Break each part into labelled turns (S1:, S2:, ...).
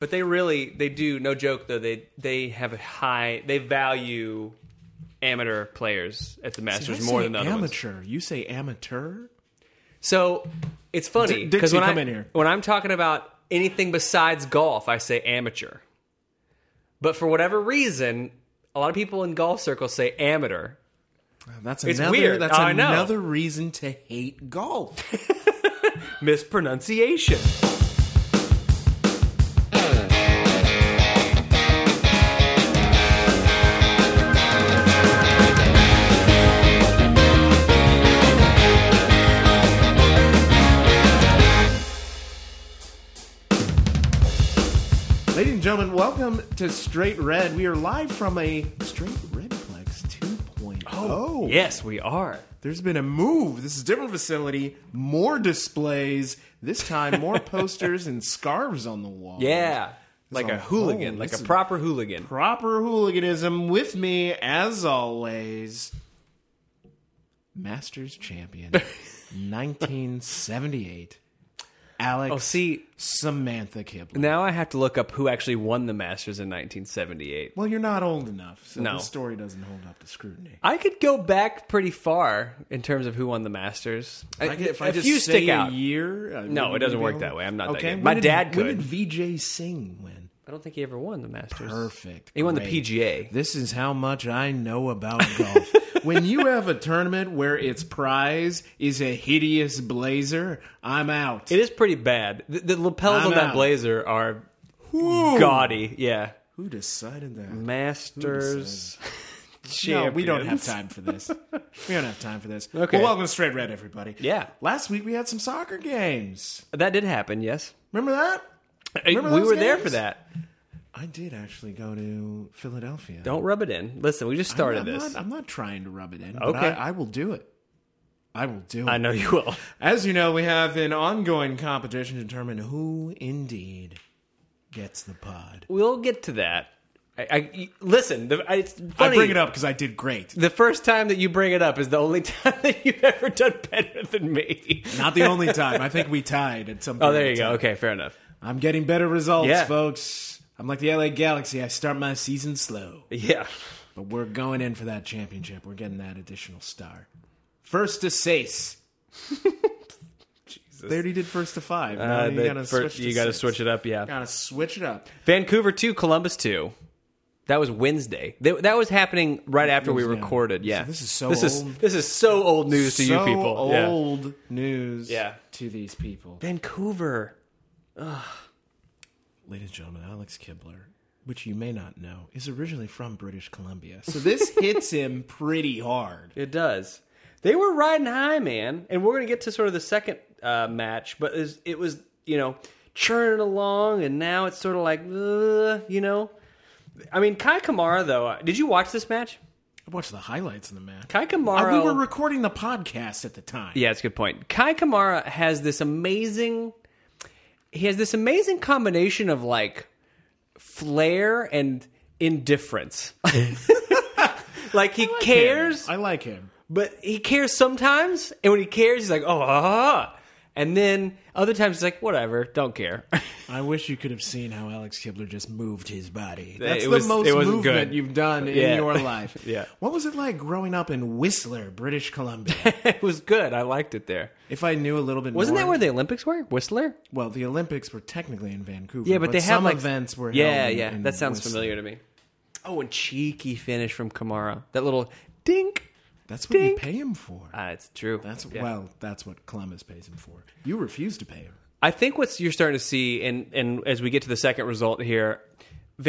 S1: But they really, they do. No joke though. They they have a high. They value amateur players at the
S2: See, I
S1: Masters
S2: say
S1: more than the other ones.
S2: amateur. You say amateur?
S1: So it's funny
S2: D-
S1: because
S2: Dixie,
S1: when
S2: come
S1: I
S2: in here.
S1: when I'm talking about anything besides golf, I say amateur. But for whatever reason, a lot of people in golf circles say amateur.
S2: That's
S1: It's
S2: another.
S1: weird. Oh,
S2: That's
S1: I know.
S2: another reason to hate golf.
S1: Mispronunciation.
S2: Ladies and gentlemen, welcome to Straight Red. We are live from a Straight Redplex 2.0. Oh,
S1: Yes, we are.
S2: There's been a move. This is a different facility, more displays. This time, more posters and scarves on the wall.
S1: Yeah. Like
S2: all-
S1: a hooligan,
S2: oh,
S1: like
S2: this
S1: a
S2: is-
S1: proper hooligan.
S2: Proper hooliganism with me, as always. Masters champion, 1978. Alex
S1: Oh, see,
S2: Samantha Kipling.
S1: now I have to look up who actually won the Masters in 1978.
S2: Well, you're not old enough, so
S1: No.
S2: this story doesn't hold up to scrutiny.
S1: I could go back pretty far in terms of who won the Masters.
S2: I get-
S1: a few stick
S2: say
S1: out.
S2: a year, uh,
S1: No,
S2: would
S1: it doesn't
S2: be
S1: work
S2: able-
S1: that way. I'm not that
S2: okay.
S1: good.
S2: when
S1: My
S2: did-
S1: dad
S2: When
S1: could.
S2: did VJ Singh win?
S1: I don't think he ever won the Masters.
S2: Perfect.
S1: He won the
S2: Great.
S1: PGA.
S2: This is how much I know about golf. when you have a tournament where its prize is a hideous blazer, I'm out.
S1: It is pretty bad. The, the lapels
S2: I'm
S1: on that
S2: out.
S1: blazer are
S2: Whew.
S1: gaudy. Yeah.
S2: Who decided that?
S1: Mm, Masters.
S2: No, we don't have
S1: champions.
S2: time for this. we don't have time for this.
S1: Okay.
S2: Well, welcome to Straight Red, everybody.
S1: Yeah.
S2: Last week we had some soccer games.
S1: That did happen, yes.
S2: Remember that? Remember
S1: we
S2: those
S1: were there
S2: games?
S1: for that.
S2: I did actually go to Philadelphia.
S1: Don't rub it in. Listen, we just started
S2: I'm
S1: this.
S2: Not, I'm not trying to rub it in. But
S1: Okay.
S2: I, I will do it. I will do it.
S1: I know you will.
S2: As you know, we have an ongoing competition to determine who indeed gets the pod.
S1: We'll get to that. I, I listen. The, I, it's funny.
S2: I bring it up because I did great.
S1: The first time that you bring it up is the only time that you've ever done better than me.
S2: Not the only time. I think we tied at some.
S1: Oh,
S2: period
S1: there
S2: of
S1: you go.
S2: time.
S1: Okay, fair enough.
S2: I'm getting better results,
S1: Yeah.
S2: folks. I'm like the LA Galaxy. I start my season slow,
S1: Yeah.
S2: but we're going in for that championship. We're getting that additional star. First to Sace. Jesus. They already did first to five. Now Oh, you
S1: the
S2: gotta
S1: Uh, fir-
S2: switch. To
S1: you gotta
S2: six.
S1: switch it up. Yeah.
S2: Gotta switch it up.
S1: Vancouver two, Columbus two. That was Wednesday. Th- That was happening right after we
S2: Yeah.
S1: recorded. Yeah.
S2: So this is so
S1: this
S2: old.
S1: Is, this is so old news to you
S2: So
S1: people. Yeah.
S2: Old news.
S1: Yeah.
S2: To these people.
S1: Vancouver.
S2: Ladies and gentlemen, Alex Kibler, which you may not know, is originally from British Columbia. So this hits him pretty hard.
S1: It does. They were riding high, man. And we're going to get to sort of the second uh, match, but it was, it was, you know, churning along, and now it's sort of like, uh, you know. I mean, Kai Kamara, though, uh, did you watch this match?
S2: I watched the highlights in the match.
S1: Kai
S2: Uh,
S1: Kamara.
S2: we were recording the podcast at the time.
S1: yeah, that's a good point. Kai Kamara has this amazing. He has this amazing combination of like flair and indifference. like he cares,
S2: I like him.
S1: but he cares sometimes, and when he cares, he's like, oh, ah. and then other times he's like, whatever, don't care.
S2: I wish you could have seen how Alex Kibler just moved his body. That's
S1: it
S2: the
S1: was-
S2: most
S1: it wasn't
S2: movement
S1: good.
S2: you've done in
S1: Yeah.
S2: your life.
S1: Yeah.
S2: What was it like growing up in Whistler, British Columbia?
S1: it was good. I liked it there.
S2: if I knew a little bit
S1: Wasn't
S2: more,
S1: that where the Olympics were? Whistler?
S2: Well, the Olympics were technically in Vancouver.
S1: Yeah, but, they had
S2: some
S1: like
S2: events were.
S1: Yeah,
S2: held in-
S1: yeah,
S2: in
S1: that sounds
S2: Whistler.
S1: familiar to me. Oh, and cheeky finish from Kamara. That little dink.
S2: That's what you
S1: Dink.
S2: pay him for.
S1: Ah, it's true.
S2: That's
S1: Yeah.
S2: well, that's what Columbus pays him for. You refuse to pay him.
S1: I think what you're starting to see, and and as we get to the second result here,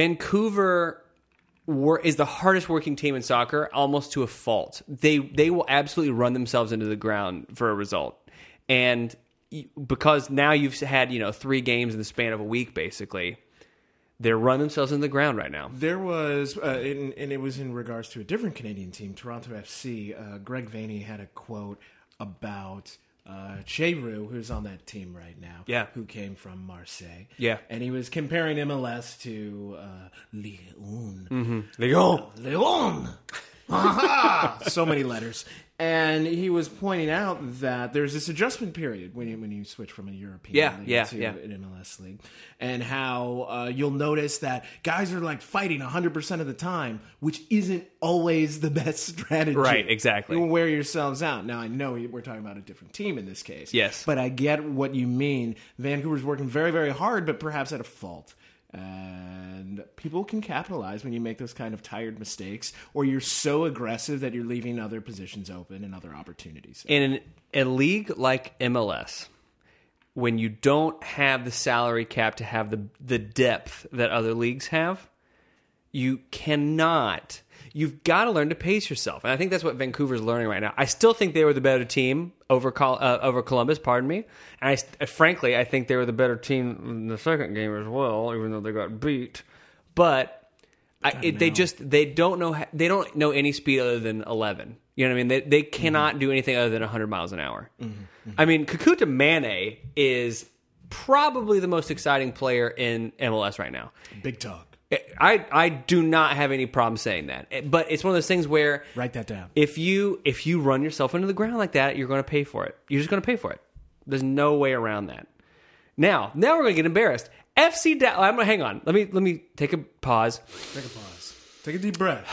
S1: Vancouver were, is the hardest working team in soccer, almost to a fault. They they will absolutely run themselves into the ground for a result, and y- because now you've had you know three games in the span of a week, basically, they're running themselves into the ground right now.
S2: There was, uh, in, and it was in regards to a different Canadian team, Toronto FC. Uh, Greg Vaney had a quote about uh, Cheru, who's on that team right now,
S1: Yeah.
S2: who came from Marseille,
S1: Yeah.
S2: and he was comparing MLS to uh, Lyon,
S1: Mm-hmm. They go.
S2: Leon. Aha! so many letters. and he was pointing out that there's this adjustment period when you, when you switch from a European
S1: Yeah,
S2: league
S1: yeah,
S2: to
S1: yeah.
S2: an MLS league, and how uh, you'll notice that guys are like fighting 100 percent of the time, which isn't always the best strategy.
S1: Right, exactly.
S2: You'll wear yourselves out. Now I know we're talking about a different team in this case.
S1: Yes.
S2: but I get what you mean. Vancouver's working very very hard, but perhaps at a fault. And people can capitalize when you make those kind of tired mistakes, or you're so aggressive that you're leaving other positions open and other opportunities.
S1: in an, a league like MLS, when you don't have the salary cap to have the the depth that other leagues have, you cannot. You've got to learn to pace yourself, and I think that's what Vancouver's learning right now. I still think they were the better team over Col- uh, over Columbus. Pardon me, and I, st- frankly, I think they were the better team in the second game as well, even though they got beat. But I, it, they just they don't know ho- they don't know any speed other than 11 you know what i mean they, they cannot do anything other than 100 miles an hour i mean kakuta mane is probably the most exciting player in mls right now
S2: Big talk.
S1: i i do not have any problem saying that but it's one of those things where
S2: Write that down.
S1: if you if you run yourself into the ground like that, you're going to pay for it. You're just going to pay for it. There's no way around that. Now, now we're going to get embarrassed. FC Dallas. I'm going to hang on. Let me let me take a pause.
S2: Take a pause. Take a deep breath.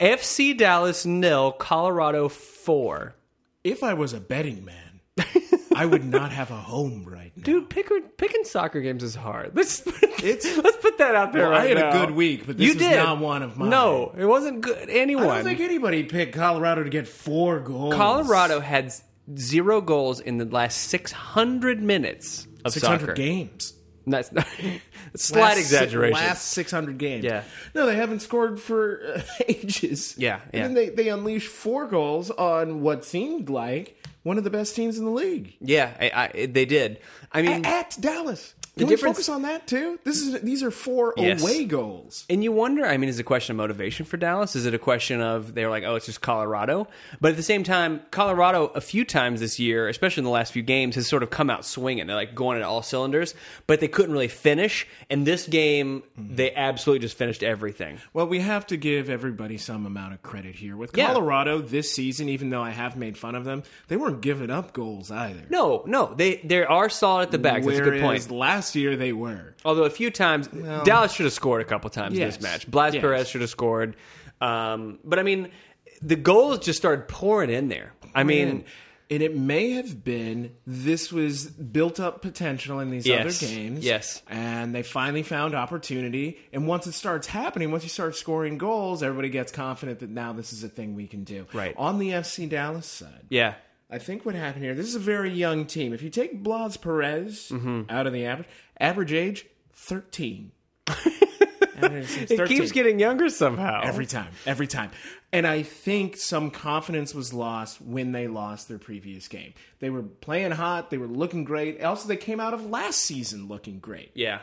S1: FC Dallas nil, Colorado four.
S2: If I was a betting man, I would not have a home right now.
S1: Dude, pick, picking soccer games is hard. Let's
S2: It's-
S1: let's put that out there.
S2: Well, I
S1: right
S2: had a
S1: now.
S2: good week, but this
S1: you
S2: was
S1: did.
S2: not one of mine.
S1: No, it wasn't good. Anyone?
S2: I don't think anybody picked Colorado to get four goals.
S1: Colorado had z- zero goals in the last 600 minutes of
S2: 600
S1: soccer.
S2: games.
S1: That's slight
S2: Last-
S1: exaggeration.
S2: Last 600 games.
S1: Yeah.
S2: No, they haven't scored for uh, ages.
S1: Yeah,
S2: And then they, they unleash four goals on what seemed like one of the best teams in the league.
S1: yeah, I, I, they did. I mean,
S2: At Dallas. Can we
S1: difference-
S2: focus on that too? This is these are four
S1: Yes.
S2: away goals.
S1: and you wonder. I mean, is it a question of motivation for Dallas? Is it a question of they're like, oh, it's just Colorado? But at the same time, Colorado a few times this year, especially in the last few games, has sort of come out swinging. They're like going at all cylinders, but they couldn't really finish. And this game, they absolutely just finished everything.
S2: Well, we have to give everybody some amount of credit here. With
S1: Yeah.
S2: Colorado this season, even though I have made fun of them, they weren't giving up goals either.
S1: No, no, they they are solid at the back. That's a good point.
S2: Whereas last year they were.
S1: Although a few times Dallas should have scored a couple times in
S2: Yes.
S1: this match. Blas
S2: Yes.
S1: Perez should have scored. Um, but I mean, the goals just started pouring in there. I mean,
S2: And, and it may have been this was built up potential in these
S1: Yes.
S2: other games.
S1: Yes.
S2: And they finally found opportunity. And once it starts happening, once you start scoring goals, everybody gets confident that now this is a thing we can do.
S1: Right.
S2: On the FC Dallas side.
S1: yeah,
S2: I think what happened here, this is a very young team. If you take Blas Perez
S1: Mm-hmm.
S2: out of the average, average age, 13. Average age,
S1: it
S2: 13.
S1: keeps getting younger somehow.
S2: Every time, every time. And I think some confidence was lost when they lost their previous game. They were playing hot, they were looking great. Also, they came out of last season looking great.
S1: yeah.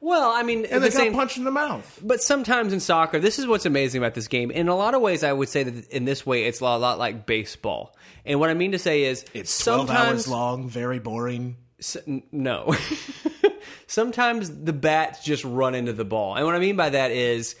S1: Well, I mean,
S2: And
S1: the
S2: they got
S1: same,
S2: punched in the mouth.
S1: but sometimes in soccer, this is what's amazing about this game. In a lot of ways, I would say that in this way, it's a lot, lot like baseball. And what I mean to say is, sometimes
S2: long, very boring.
S1: S- n- no. Sometimes the bats just run into the ball. And what I mean by that is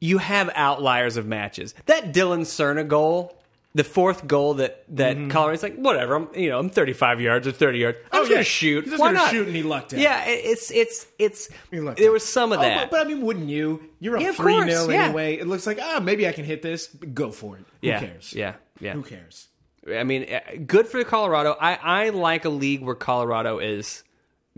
S1: you have outliers of matches. That Dylan Cerna goal, the fourth goal that that Colorado's like, whatever, I'm you know, I'm 35 yards or 30 yards. I'm
S2: Mm-hmm. Oh,
S1: just
S2: yeah.
S1: gonna shoot.
S2: He's just
S1: Why
S2: gonna
S1: not?
S2: shoot and he lucked out.
S1: Yeah, it, it's it's it's
S2: lucked
S1: there
S2: out.
S1: was some of
S2: Oh,
S1: that.
S2: but, but I mean, wouldn't you? You're
S1: Yeah,
S2: a
S1: of
S2: 3
S1: course,
S2: 0
S1: yeah.
S2: anyway. It looks like, ah, maybe I can hit this. Go for it. Who
S1: yeah,
S2: cares?
S1: Yeah, yeah.
S2: Who cares?
S1: I mean, uh, good for Colorado. I, I like a league where Colorado is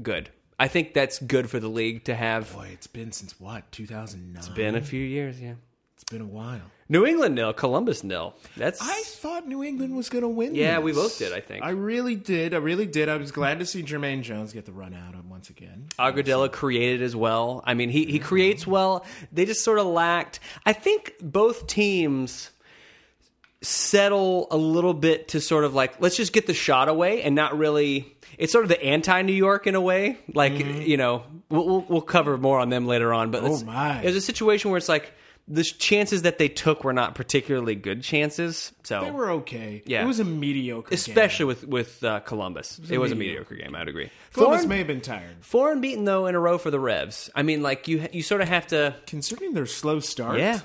S1: good. I think that's good for the league to have.
S2: Boy, it's been since what? 2009? It's
S1: Been a few years, yeah.
S2: it's been a while.
S1: New England nil, Columbus nil. That's
S2: I thought New England was going to win.
S1: Yeah, we
S2: this.
S1: both did, I think.
S2: I really did. I really did. I was glad to see Jermaine Jones get the run out on once again.
S1: Agudelo created as well. I mean, he he creates well. They just sort of lacked. I think both teams settle a little bit to sort of like let's just get the shot away and not really. It's sort of the anti-New York in a way. Like
S2: Mm-hmm.
S1: you know, we'll, we'll we'll cover more on them later on. But it's-
S2: Oh my.
S1: there's a situation where it's like the chances that they took were not particularly good chances. So
S2: They were okay.
S1: Oh. Yeah.
S2: It was a mediocre
S1: especially with with uh, Columbus. It was, a mediocre
S2: mediocre.
S1: game. I'd agree.
S2: game. Columbus
S1: Foreign-
S2: may have been tired.
S1: Four and beaten though in a row for the Revs. I mean, like you, you sort of have to.
S2: Considering their slow start,
S1: Yeah,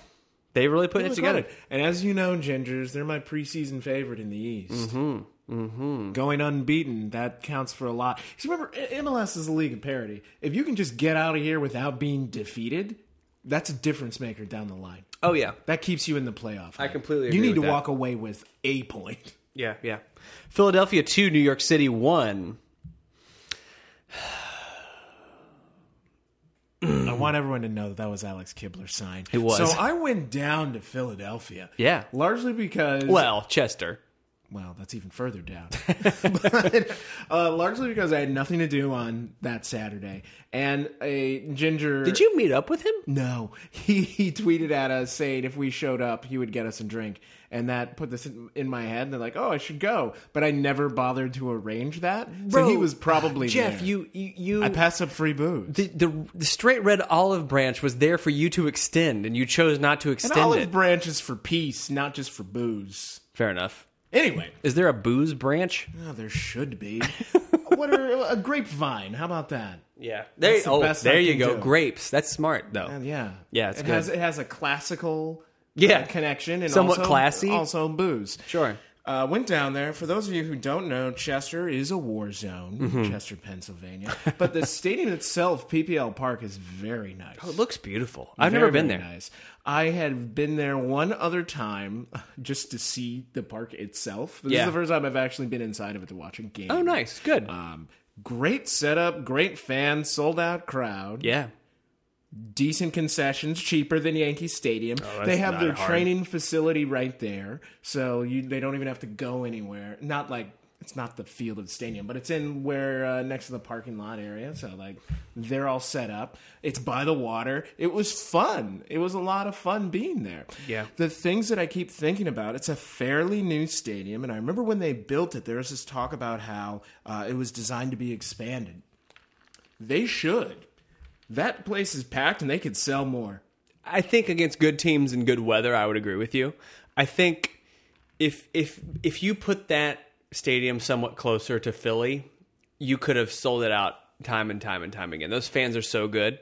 S1: They really putting it
S2: was
S1: together.
S2: hard. And as you know, Gingers, they're my preseason favorite in the East. Mm-hmm. Mm-hmm. Going unbeaten, that counts for a lot. 'Cause remember, I- MLS is a league of parity. If you can just get out of here without being defeated, that's a difference maker down the line.
S1: Oh yeah,
S2: That keeps you in the playoff. I
S1: completely
S2: You
S1: agree
S2: need
S1: with
S2: to
S1: that.
S2: walk away with a point.
S1: yeah, yeah. Philadelphia two, New York City one.
S2: I want everyone to know that that was Alex Kibler's sign. It
S1: was.
S2: So I went down to Philadelphia.
S1: Yeah.
S2: Largely because
S1: Well, Chester.
S2: Well, that's even further down. but, uh, largely because I had nothing to do on that Saturday, and a ginger.
S1: Did you meet up with him?
S2: No, he he tweeted at us saying if we showed up, he would get us a drink, and that put this in, in my head. And they're like, "Oh, I should go," but I never bothered to arrange that. so he was probably
S1: Jeff.
S2: there.
S1: You you. you
S2: I passed up free booze.
S1: the, the, the straight red olive branch was there for you to extend, and you chose not to
S2: An
S1: extend
S2: olive
S1: it.
S2: branch is for peace, not just for booze.
S1: Fair enough.
S2: Anyway,
S1: Is there a booze branch?
S2: oh, there should be. what are a grapevine? How about that?
S1: Yeah. There,
S2: the
S1: oh,
S2: best
S1: there
S2: I
S1: you
S2: can
S1: go.
S2: do.
S1: Grapes. That's smart, though.
S2: And yeah,
S1: Yeah, it's
S2: it
S1: good.
S2: has it has a classical
S1: Yeah.
S2: uh, connection and
S1: Somewhat
S2: also,
S1: classy.
S2: also booze.
S1: Sure.
S2: Uh, went down there. For those of you who don't know, Chester is a war zone,
S1: Mm-hmm.
S2: Chester, Pennsylvania. But the stadium itself, PPL Park, is very nice.
S1: Oh, It looks beautiful. I've
S2: Very,
S1: never been
S2: very
S1: there.
S2: Nice. I had been there one other time just to see the park itself. This
S1: Yeah.
S2: is the first time I've actually been inside of it to watch a game.
S1: Oh, nice. Good.
S2: Um, great setup, great fans, sold out crowd
S1: yeah.
S2: decent concessions, cheaper than Yankee Stadium. they have
S1: Oh, not
S2: their
S1: hard.
S2: training facility right there, so you they don't even have to go anywhere. Not like it's not the field of the stadium, but it's in where uh, next to the parking lot area. So like they're all set up. It's by the water. It was fun. It was a lot of fun being there.
S1: Yeah.
S2: The things that I keep thinking about, it's a fairly new stadium, and I remember when they built it, there was this talk about how uh, it was designed to be expanded. They should. That place is packed and they could sell more.
S1: I think against good teams and good weather, I would agree with you. I think if if if you put that stadium somewhat closer to Philly, you could have sold it out time and time and time again. Those fans are so good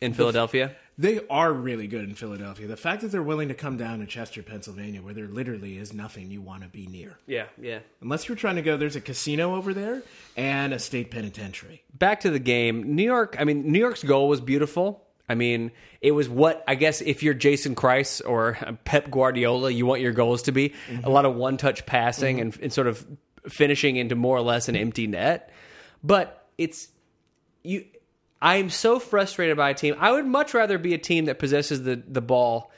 S1: in Philadelphia.
S2: They are really good in Philadelphia. The fact that they're willing to come down to Chester, Pennsylvania, where there literally is nothing you want to be near.
S1: Yeah, yeah.
S2: Unless you're trying to go, there's a casino over there and a state penitentiary.
S1: Back to the game. New York, I mean, New York's goal was beautiful. I mean, it was what I guess if you're Jason Christ or Pep Guardiola, you want your goals to be a lot of one-touch passing and, and sort of finishing into more or less an empty net. But it's you I am so frustrated by a team. I would much rather be a team that possesses the the ball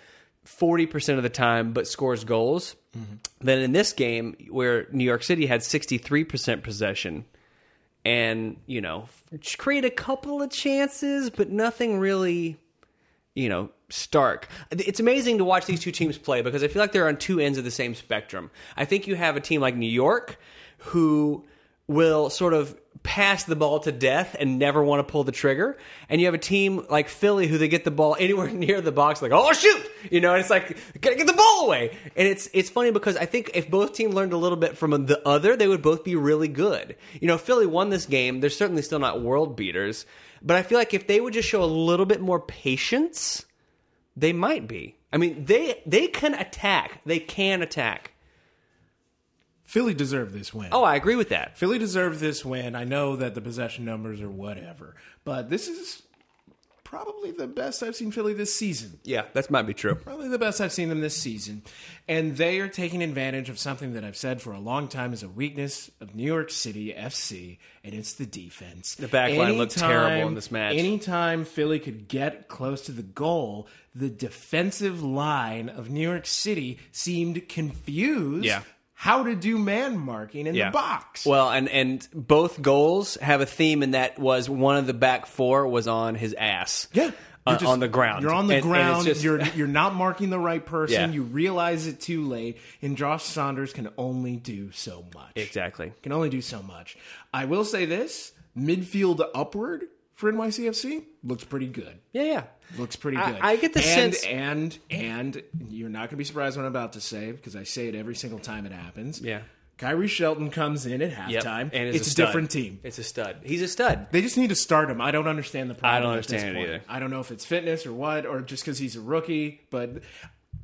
S1: 40% of the time but scores goals than in this game where New York City had 63% possession and, you know, f- create a couple of chances but nothing really you know, stark. It's amazing to watch these two teams play because I feel like they're on two ends of the same spectrum. I think you have a team like New York who will sort of pass the ball to death and never want to pull the trigger, and you have a team like Philly who they get the ball anywhere near the box like, "Oh shoot." You know, and it's like, "Gotta get the ball away." And it's it's funny because I think if both teams learned a little bit from the other, they would both be really good. You know, Philly won this game. They're certainly still not world beaters, but I feel like if they would just show a little bit more patience, they might be. I mean, they they can attack. They can attack.
S2: Philly deserved this win.
S1: Oh, I agree with that.
S2: Philly deserved this win. I know that the possession numbers are whatever, but this is probably the best I've seen Philly this season.
S1: Yeah, that might be true.
S2: probably the best I've seen them this season. And they are taking advantage of something that I've said for a long time is a weakness of New York City FC, and it's the defense. The
S1: back line looked terrible in this match.
S2: Anytime Philly could get close to the goal, the defensive line of New York City seemed confused
S1: Yeah.
S2: how to do man marking in the box.
S1: Well, and and both goals have a theme, and that was one of the back four was on his ass.
S2: Yeah.
S1: Uh,
S2: You're just-
S1: on the ground.
S2: You're on the
S1: And- and it's
S2: ground.
S1: just-
S2: you're you're not marking the right person.
S1: Yeah.
S2: You realize it too late. And Josh Saunders can only do so much.
S1: exactly.
S2: Can only do so much. I will say this: midfield upward for NYCFC looks pretty good.
S1: Yeah, yeah.
S2: Looks pretty
S1: I-
S2: good.
S1: I get the
S2: and,
S1: sense-
S2: and and you're not going to be surprised what I'm about to say because I say it every single time it happens.
S1: Yeah.
S2: Kyrie Shelton comes in at
S1: Yep.
S2: halftime,
S1: And
S2: it's
S1: a
S2: a
S1: stud.
S2: different team.
S1: It's a stud. He's a stud.
S2: They just need to start him. I don't understand the problem.
S1: I don't
S2: at this
S1: understand it
S2: point.
S1: either.
S2: I don't know if it's fitness or what, or just because he's a rookie. But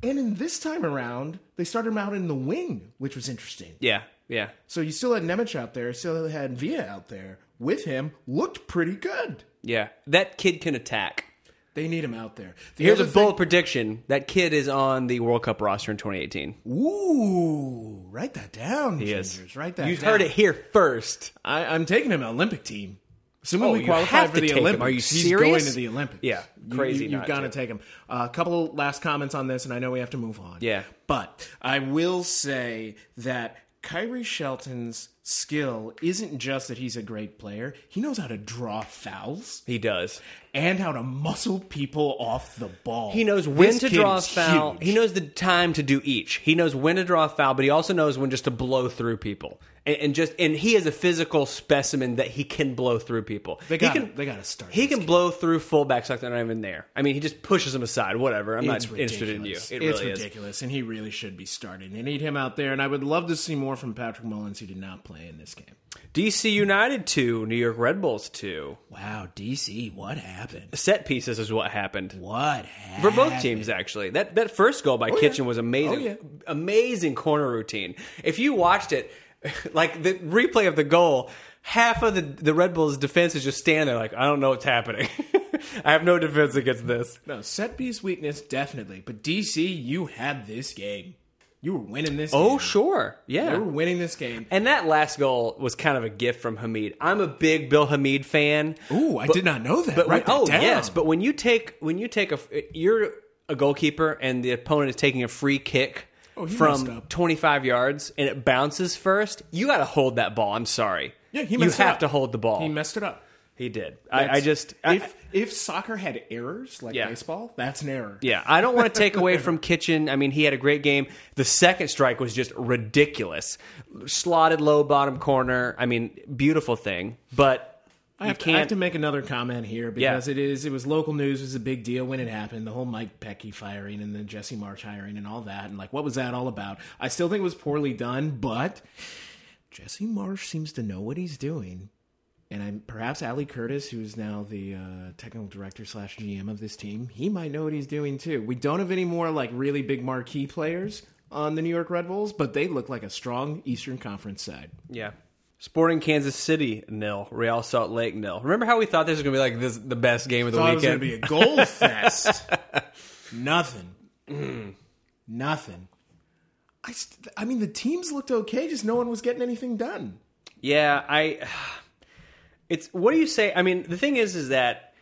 S2: And in this time around, they started him out in the wing, which was interesting.
S1: Yeah, yeah.
S2: So you still had Nemec out there, still had Villa out there with him. Looked pretty good.
S1: Yeah, that kid can attack.
S2: They need him out there. The
S1: Here's a
S2: other
S1: bold prediction: that kid is on the World Cup roster in 2018.
S2: thing- Ooh, write that down, he
S1: is.
S2: Gingers. Write that.
S1: You
S2: down.
S1: heard it here first.
S2: I, I'm taking him Olympic team. Assuming
S1: Oh,
S2: we
S1: you
S2: qualify
S1: have
S2: for
S1: to
S2: the
S1: take him.
S2: Olympics,
S1: Are you
S2: he's
S1: serious?
S2: going to the Olympics.
S1: Yeah,
S2: You-
S1: crazy
S2: You,
S1: not
S2: have got to
S1: to.
S2: take him. A couple last comments on this, and I know we have to move on.
S1: Yeah.
S2: but I will say that Kyrie Shelton's skill isn't just that he's a great player. He knows how to draw fouls
S1: He does.
S2: and how to muscle people off the ball.
S1: He knows when
S2: This
S1: to
S2: kid
S1: draw a
S2: is
S1: foul.
S2: huge.
S1: He knows the time to do each. He knows when to draw a foul, but he also knows when just to blow through people. And, and just and he is a physical specimen that he can blow through people.
S2: They got.
S1: he can,
S2: they got to start.
S1: he
S2: this
S1: can blow through fullbacks like they're not even there. I mean, he just pushes them aside. Whatever. I'm
S2: It's
S1: not interested in you.
S2: ridiculous.
S1: It
S2: it's
S1: really is.
S2: ridiculous, and he really should be starting. They need him out there, and I would love to see more from Patrick Mullins, who did not play in this game.
S1: DC United two, New York Red Bulls two.
S2: Wow, DC, what happened?
S1: Set pieces is what happened.
S2: What happened?
S1: For both teams, actually, that that first goal by Kitchen was amazing.
S2: Oh, yeah.
S1: Amazing corner routine. If you watched it, like the replay of the goal, half of the the Red Bulls defense is just standing there, like I don't know what's happening. I have no defense against this.
S2: No, set piece weakness, definitely. But DC, you had this game. You were winning this
S1: Oh,
S2: game.
S1: sure,
S2: You were
S1: yeah.
S2: winning this game.
S1: And that last goal was kind of a gift from Hamid. I'm a big Bill Hamid fan.
S2: Ooh, I did not know that.
S1: But
S2: Write
S1: when,
S2: that
S1: oh
S2: down.
S1: yes, but when you take when you take a you're a goalkeeper and the opponent is taking a free kick
S2: Oh, he messed
S1: from
S2: up.
S1: 25 yards and it bounces first, you got to hold that ball. I'm sorry.
S2: Yeah, he
S1: you
S2: messed it
S1: have
S2: up.
S1: to hold the ball.
S2: he
S1: He,
S2: messed it up.
S1: did. I, I just I-
S2: if if soccer had errors like
S1: Yeah.
S2: baseball, that's an error.
S1: Yeah, I don't want to take away from Kitchen. I mean, he had a great game. The second strike was just ridiculous. Slotted low bottom corner. I mean, beautiful thing. But
S2: I have,
S1: you
S2: to, I have
S1: can't.
S2: to make another comment here because it is it was local news it was a big deal when it happened the whole Mike Pecky firing and the Jesse Marsh hiring and all that and like what was that all about I still think it was poorly done but Jesse Marsh seems to know what he's doing and I'm perhaps Ali Curtis who is now the uh, technical director slash GM of this team he might know what he's doing too we don't have any more like really big marquee players on the New York Red Bulls but they look like a strong Eastern Conference side
S1: Yeah. Sporting Kansas City nil, Real Salt Lake nil. Remember how we thought this was gonna be like this the best game of the
S2: thought
S1: weekend?
S2: it was going to be a goal fest. Nothing. Nothing. I, st- I mean, the teams looked okay, just no one was getting anything done.
S1: yeah, I. It's what do you say? I mean, the thing is, is that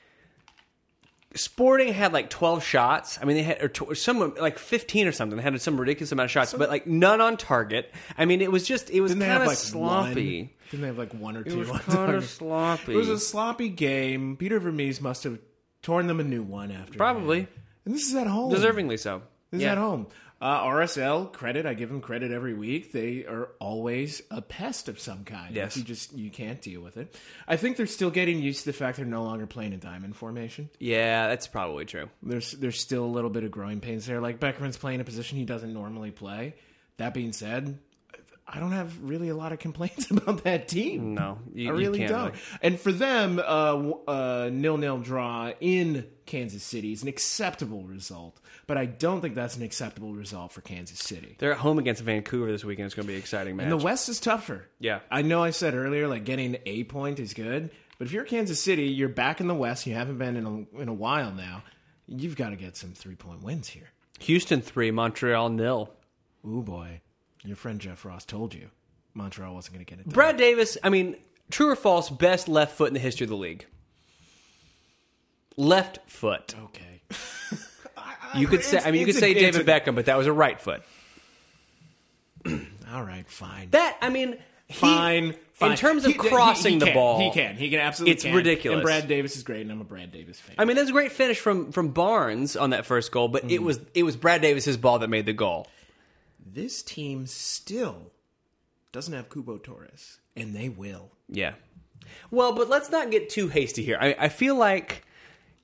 S1: Sporting had like twelve shots. I mean, they had or tw- some like fifteen or something. They had some ridiculous amount of shots, but like none on target. I mean, it was just it was
S2: Didn't they
S1: kind
S2: have
S1: of
S2: like
S1: sloppy.
S2: One, didn't they have like one or two?
S1: It was
S2: on
S1: kind
S2: target?
S1: of sloppy.
S2: It was a sloppy game. Peter Vermees must have torn them a new one after.
S1: Probably.
S2: that. And this is at home.
S1: deservingly so.
S2: This
S1: Yeah.
S2: is at home. Uh, RSL credit. I give them credit every week. They are always a pest of some kind.
S1: Yes.
S2: you just you can't deal with it. I think they're still getting used to the fact they're no longer playing a diamond formation.
S1: Yeah, that's probably true.
S2: There's there's still a little bit of growing pains there. Like Beckerman's playing a position he doesn't normally play. That being said, I don't have really a lot of complaints about that team.
S1: No, you,
S2: I
S1: you
S2: really
S1: can't
S2: don't.
S1: really.
S2: And for them, uh, w- uh, nil-nil draw in Kansas City is an acceptable result, but I don't think that's an acceptable result for Kansas City.
S1: They're at home against Vancouver this weekend. It's going to be an exciting match.
S2: And the West is tougher.
S1: Yeah.
S2: I know I said earlier like getting a point is good, but if you're Kansas City, you're back in the West. You haven't been in a, in a while now. You've got to get some three-point wins here.
S1: Houston three, Montreal nil.
S2: Ooh boy, your friend Jeff Ross told you Montreal wasn't going to get it. done.
S1: Brad Davis, I mean, true or false, best left foot in the history of the league. Left foot.
S2: okay.
S1: You could say, I mean, you could
S2: It's-
S1: say
S2: it's-
S1: David
S2: it's-
S1: Beckham, but that was a right foot.
S2: All right, fine.
S1: That, I mean, he-
S2: fine, fine.
S1: In terms of
S2: He- he-
S1: crossing
S2: he
S1: the
S2: can.
S1: ball,
S2: he can. He can absolutely.
S1: It's
S2: can.
S1: ridiculous.
S2: And Brad Davis is great, and I'm a Brad Davis fan.
S1: I mean, that's a great finish from from Barnes on that first goal, but it was it was Brad Davis's ball that made the goal.
S2: this team still doesn't have Kubo Torres, and they will.
S1: Yeah. Well, but let's not get too hasty here. I, I feel like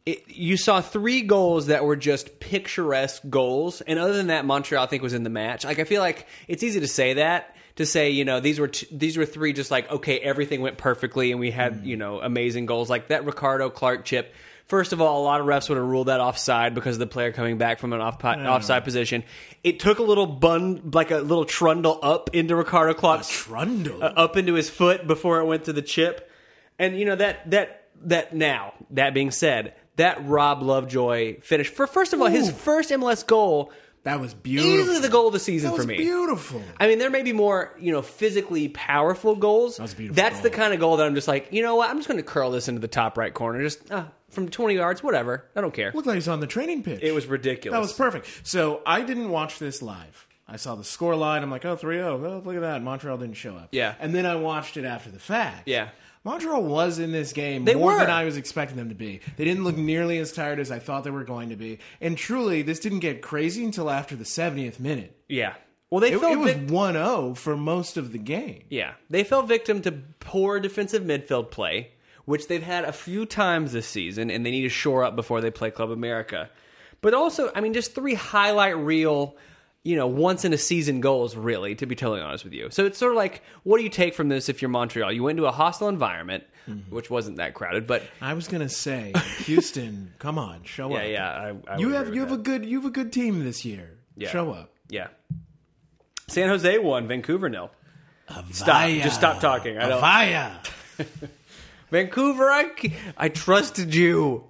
S1: it, you saw three goals that were just picturesque goals, and other than that, Montreal I think was in the match. Like I feel like it's easy to say that to say you know these were t- these were three just like okay everything went perfectly and we had you know amazing goals like that Ricardo Clark chip First of all, a lot of refs would have ruled that offside because of the player coming back from an off offside position. It took a little bun, like a little trundle up into Ricardo Klopp's
S2: Trundle.
S1: uh, up into his foot before it went to the chip. And you know that that that now that being said, that Rob Lovejoy finish for first of all his
S2: Ooh.
S1: first MLS goal,
S2: that was beautiful.
S1: easily the goal of the season
S2: that was
S1: for me.
S2: beautiful.
S1: I mean, there may be more, you know, physically powerful goals. That
S2: was a beautiful
S1: That's
S2: goal.
S1: the kind of goal that I'm just like, you know what? I'm just going to curl this into the top right corner, just uh, from 20 yards, whatever. I don't care.
S2: Looked like he's on the training pitch.
S1: It was ridiculous.
S2: That was perfect. So I didn't watch this live. I saw the score line. I'm like, oh, 3 0. Oh, look at that. Montreal didn't show up.
S1: Yeah.
S2: And then I watched it after the fact.
S1: Yeah.
S2: Montreal was in this game
S1: They
S2: more
S1: were.
S2: than I was expecting them to be. They didn't look nearly as tired as I thought they were going to be. And truly, this didn't get crazy until after the 70th minute.
S1: yeah. Well, they
S2: It,
S1: fell
S2: it was
S1: vic-
S2: 1 0 for most of the game.
S1: yeah, they fell victim to poor defensive midfield play, which they've had a few times this season, and they need to shore up before they play Club America. But also, I mean, just three highlight reel, you know, once in a season goals, really, to be totally honest with you. So it's sort of like, what do you take from this if you're Montreal? You went into a hostile environment,
S2: Mm-hmm.
S1: which wasn't that crowded, but
S2: I was going to say, Houston, come on, show
S1: yeah,
S2: up.
S1: yeah, I, I
S2: You
S1: would
S2: have
S1: agree
S2: you
S1: with
S2: have a good you have a good team this year.
S1: Yeah.
S2: Show up.
S1: that. yeah. San Jose won, Vancouver nil. Stop,
S2: Vaya.
S1: just stop talking. I don't.
S2: Vaya.
S1: Vancouver, I, I trusted you.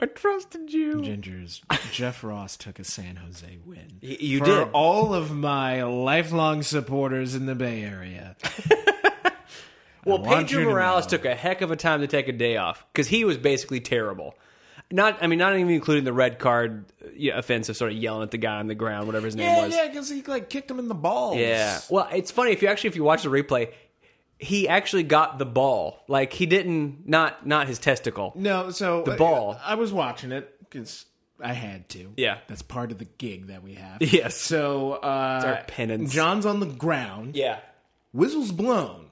S1: I trusted you.
S2: Gingers, Jeff Ross took a San Jose win.
S1: you
S2: For
S1: did.
S2: all of my lifelong supporters in the Bay Area.
S1: Well,
S2: want you
S1: Pedro
S2: to
S1: Morales
S2: know.
S1: took a heck of a time to take a day off because he was basically terrible. Not, I mean, not even including the red card uh, yeah, offense of sort of yelling at the guy on the ground, whatever his name
S2: yeah,
S1: was.
S2: yeah, because he like kicked him in the balls.
S1: Yeah. Well, it's funny if you actually if you watch the replay, he actually got the ball. Like he didn't not not his testicle.
S2: No, so the
S1: ball.
S2: I, was watching it because I had to.
S1: Yeah.
S2: that's part of the gig that we have.
S1: Yes.
S2: So uh,
S1: our penance.
S2: John's on the ground.
S1: Yeah.
S2: Whistle's blown.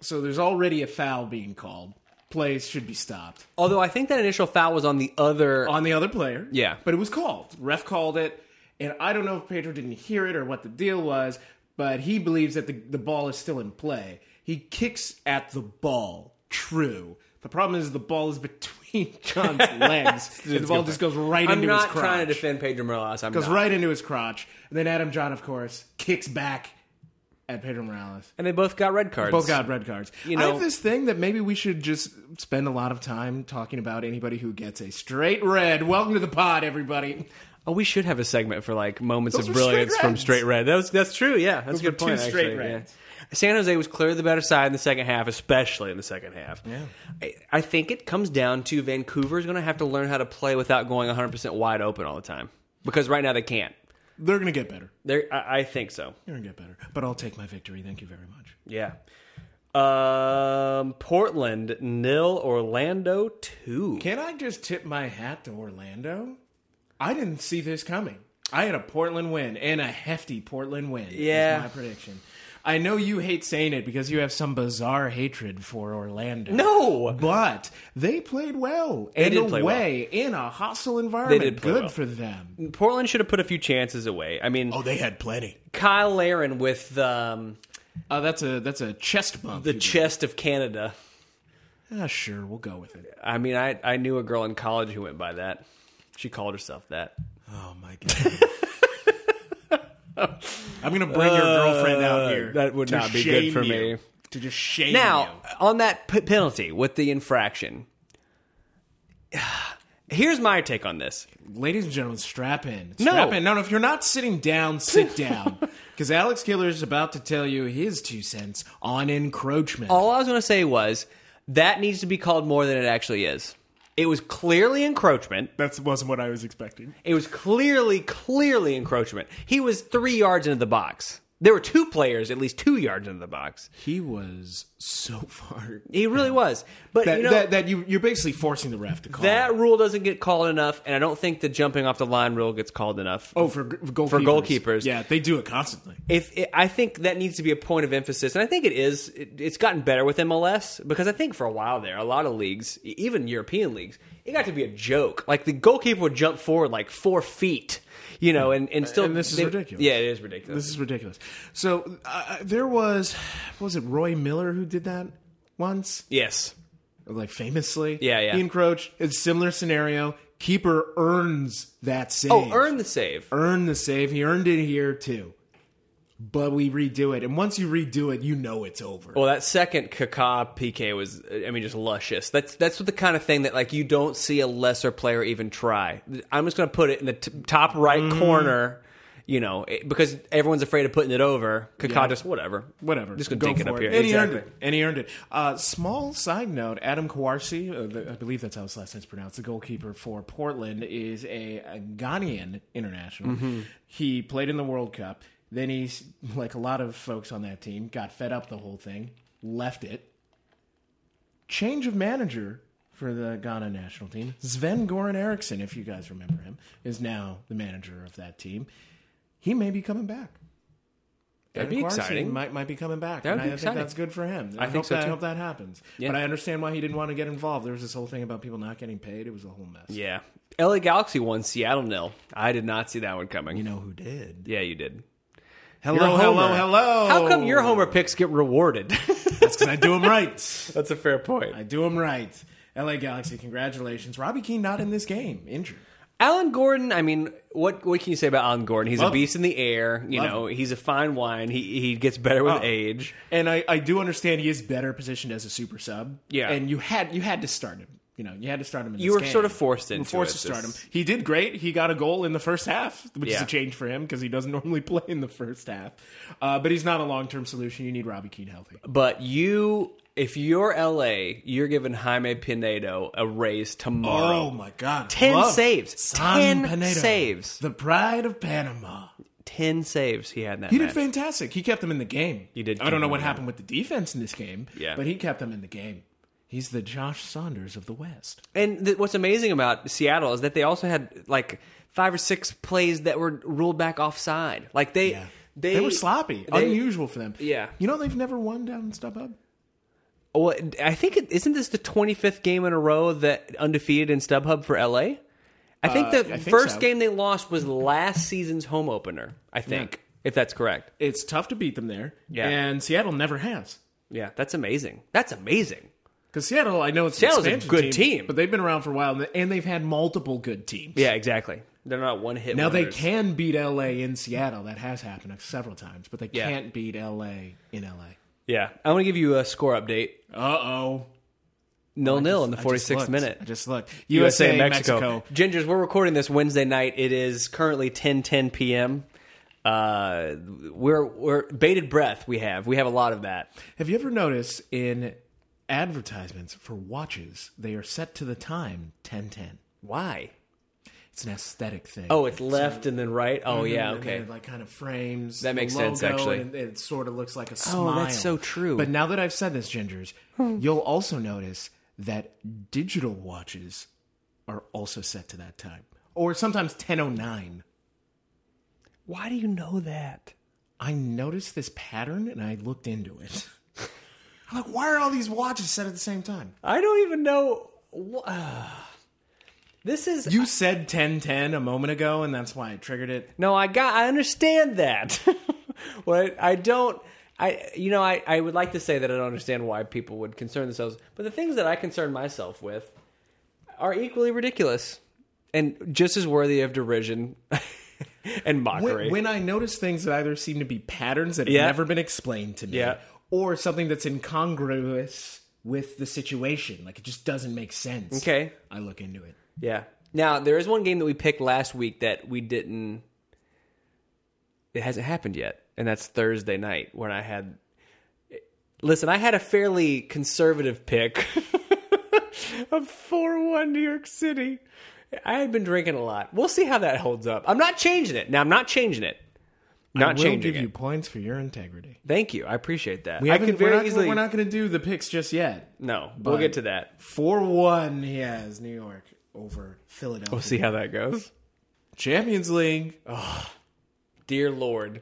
S2: So there's already a foul being called. Plays should be stopped.
S1: Although I think that initial foul was on the other.
S2: on the other player.
S1: Yeah.
S2: But it was called. Ref called it. And I don't know if Pedro didn't hear it or what the deal was, but he believes that the, the ball is still in play. He kicks at the ball. True. The problem is the ball is between John's legs. and the ball just goes right
S1: I'm
S2: into
S1: not
S2: his crotch.
S1: trying to defend Pedro Morales. I'm
S2: goes
S1: not.
S2: right into his crotch. And then Adam John, of course, kicks back at Pedro Morales.
S1: And they both got red cards.
S2: Both got red cards. You I
S1: know-
S2: have this thing that maybe we should just spend a lot of time talking about anybody who gets a straight red. Welcome to the pod, everybody.
S1: Oh, we should have a segment for like moments
S2: Those
S1: of
S2: were straight
S1: brilliance from
S2: reds.
S1: straight red. That was that's true. Yeah, that's a
S2: were
S1: good
S2: two
S1: point.
S2: straight
S1: actually, yeah.
S2: reds.
S1: San Jose was clearly the better side in the second half, especially in the second half. Yeah, I, I think it comes down to Vancouver's going to have to learn how to play without going 100 percent wide open all the time because right now they can't.
S2: They're going to get better.
S1: They're, I, I think so.
S2: They're going to get better. But I'll take my victory. Thank you very much.
S1: Yeah. Um, Portland nil, Orlando two.
S2: Can I just tip my hat to Orlando? I didn't see this coming. I had a Portland win and a hefty Portland win. is
S1: Yeah.
S2: my prediction. I know you hate saying it because you have some bizarre hatred for Orlando.
S1: No,
S2: But they played well and
S1: did play
S2: away in a hostile environment.
S1: They did play
S2: Good
S1: well.
S2: for them.
S1: Portland should have put a few chances away. I mean,
S2: Oh, they had plenty.
S1: Kyle Laren with um,
S2: Oh, that's a that's a chest bump.
S1: the chest of Canada.
S2: ah, sure, we'll go with it.
S1: I mean, I, I knew a girl in college who went by that. She called herself that.
S2: Oh my god. I'm gonna bring your girlfriend out here.
S1: Uh, that would
S2: to
S1: not be good
S2: shame
S1: for
S2: you,
S1: me.
S2: To just shame
S1: Now, on that p- penalty with the infraction, here's my take on this.
S2: you. Ladies and gentlemen, strap in. Strap in. No, no, if you're not sitting down, sit down. Because Alex Killer is about to tell you his two cents on encroachment.
S1: All I was going to say was that needs to be called more than it actually is. It was clearly encroachment.
S2: that wasn't what I was expecting.
S1: It was clearly, clearly encroachment. He was three yards into the box. There were two players, at least two yards into the box.
S2: He was so far
S1: He really was. But
S2: that,
S1: you know,
S2: that, that you you're basically forcing the ref to call
S1: That rule doesn't get called enough, and I don't think the jumping off the line rule gets called enough.
S2: oh for, for goalkeepers.
S1: goalkeepers.
S2: Yeah, they do it constantly.
S1: If it, I think that needs to be a point of emphasis, and I think it is. It, it's gotten better with MLS because I think for a while there, a lot of leagues, e- even European leagues, it got to be a joke. Like the goalkeeper would jump forward like four feet, you know, and and still
S2: And this is ridiculous.
S1: Yeah, it is ridiculous.
S2: This is ridiculous. uh, So uh, there was what was it Roy Miller who did that once?
S1: yes,
S2: like famously.
S1: Yeah, yeah.
S2: He encroached. It's a similar scenario. Keeper earns that save.
S1: Oh, earn the save.
S2: Earn the save. He earned it here too. But we redo it, and once you redo it, you know it's over.
S1: Well, that second Kaká PK was, I mean, just luscious. That's that's the kind of thing that like you don't see a lesser player even try. I'm just going to put it in the t- top right
S2: Mm-hmm.
S1: corner, you know, it- because everyone's afraid of putting it over. Kaká
S2: Yeah.
S1: just whatever,
S2: whatever.
S1: Just gonna
S2: Go
S1: dink it
S2: for
S1: up here.
S2: And he earned
S1: Exactly.
S2: it. And he earned it. Uh, small side note: Adam Kawarsi, uh, the, I believe that's how his last name's pronounced, the goalkeeper for Portland, is a, a Ghanaian international.
S1: Mm-hmm.
S2: He played in the World Cup. Then he's like a lot of folks on that team got fed up the whole thing, left it. Change of manager for the Ghana national team. Sven Goran Eriksson, if you guys remember him, is now the manager of that team. He may be coming back.
S1: That'd
S2: Eric
S1: be
S2: Larson
S1: exciting.
S2: Might might be coming back.
S1: That would
S2: and
S1: be
S2: I
S1: exciting.
S2: think that's good for him. I,
S1: think
S2: hope
S1: so,
S2: that, I
S1: too.
S2: hope that happens.
S1: Yeah.
S2: But I understand why he didn't want to get involved. There was this whole thing about people not getting paid. It was a whole mess.
S1: Yeah. LA Galaxy won Seattle nil. I did not see that one coming.
S2: You know who did?
S1: Yeah, you did.
S2: Hello, hello,
S1: homer.
S2: hello.
S1: How come your homer picks get rewarded?
S2: That's because I do them right.
S1: That's a fair point.
S2: I do them right. LA Galaxy, congratulations. Robbie Keane not in this game, injured.
S1: Alan Gordon, I mean, what what can you say about Alan Gordon? He's a
S2: Love
S1: beast in the air, you
S2: Love
S1: know, he's a fine wine. He he gets better with
S2: Oh.
S1: age.
S2: And I, I do understand he is better positioned as a super sub.
S1: Yeah.
S2: And you had you had to start him. You know, you had to start him. In
S1: You
S2: this
S1: were
S2: game.
S1: sort of forced
S2: You were
S1: into
S2: forced
S1: it.
S2: to start him.
S1: This-
S2: He did great. He got a goal in the first half, which is
S1: Yeah.
S2: a change for him because he doesn't normally play in the first half. Uh, but he's not a long term solution. You need Robbie Keane healthy.
S1: But you if you're LA, you're giving Jaime Pinedo a raise tomorrow.
S2: my God!
S1: 10
S2: Love
S1: saves.
S2: San
S1: 10
S2: Pinedo,
S1: saves.
S2: The pride of Panama.
S1: 10 saves he had in that
S2: He
S1: match.
S2: did fantastic. He kept them in the game. He
S1: did
S2: I don't
S1: keep
S2: know
S1: them
S2: what
S1: in the
S2: happened with the defense in this game.
S1: Yeah.
S2: But he kept them in the game. He's the Josh Saunders of the West.
S1: And th- what's amazing about Seattle is that they also had like five or six plays that were ruled back offside. Like they
S2: Yeah.
S1: they,
S2: were sloppy,
S1: they-
S2: unusual for them.
S1: Yeah.
S2: you know they've never won down in StubHub.
S1: Well, I think it, isn't this the 25th game in a row that undefeated in StubHub for LA? I think
S2: Uh,
S1: the
S2: I think
S1: first
S2: so.
S1: game they lost was last season's home opener. I think, if that's correct.
S2: It's tough to beat them there.
S1: Yeah.
S2: and Seattle never has
S1: Yeah, that's amazing. That's amazing.
S2: because Seattle. I know it's an
S1: Seattle's a
S2: expansion
S1: good team.
S2: but they've been around for a while, and they've had multiple good teams.
S1: Yeah, exactly. They're not one hit.
S2: Now they can beat LA in Seattle. That has happened several times, but they
S1: Yeah.
S2: can't beat LA in LA.
S1: Yeah, I want to give you a score update.
S2: Uh oh.
S1: Nil nil in the
S2: I just
S1: 46th
S2: looked.
S1: minute.
S2: I just looked.
S1: USA,
S2: USA,
S1: Mexico.
S2: Mexico.
S1: Gingers, we're recording this Wednesday night. It is currently 10 10 p.m. Uh, we're we're bated breath. We have we have a lot of that.
S2: Have you ever noticed in advertisements for watches, they are set to the time 1010?
S1: Why?
S2: It's an aesthetic thing.
S1: Oh, it's left and then right. Oh yeah,
S2: Mm-hmm, And then
S1: okay.
S2: it, like kind of frames.
S1: That
S2: the
S1: makes sense,
S2: logo,
S1: actually. Oh,
S2: And it sort of looks like a smile.
S1: so true.
S2: But now that I've said this, Gingers, you'll also notice that digital watches are also set to that time, or sometimes 1009.
S1: Why do you know that?
S2: I noticed this pattern and I looked into it. I'm like, why are all these watches set at the same time?
S1: I don't even know. wh- ah. This is
S2: You said 1010 a moment ago, and that's why I triggered it.
S1: no. I got. I understand that. what I don't. I you know I, I would like to say that I don't understand why people would concern themselves, but the things that I concern myself with are equally ridiculous and just as worthy of derision and mockery.
S2: When, when I notice things that either seem to be patterns that have
S1: Yeah.
S2: never been explained to me,
S1: Yeah.
S2: or something that's incongruous with the situation, like it just doesn't make sense.
S1: Okay.
S2: I look into it.
S1: Yeah. Now there is one game that we picked last week that we didn't. It hasn't happened yet, and that's Thursday night when I had. Listen, I had a fairly conservative pick of four one New York City. I had been drinking a lot. We'll see how that holds up. I'm not changing it now. I'm not changing it. Not
S2: We'll
S1: changing
S2: give
S1: it.
S2: you points for your integrity.
S1: Thank you. I appreciate that.
S2: We
S1: I
S2: haven't-
S1: could
S2: we're
S1: very
S2: not,
S1: easily.
S2: We're not going to do the picks just yet.
S1: no, we'll
S2: But-
S1: get to that.
S2: 4 1, he has New York over Philadelphia.
S1: We'll see how that goes.
S2: Champions League,
S1: Dear Lord.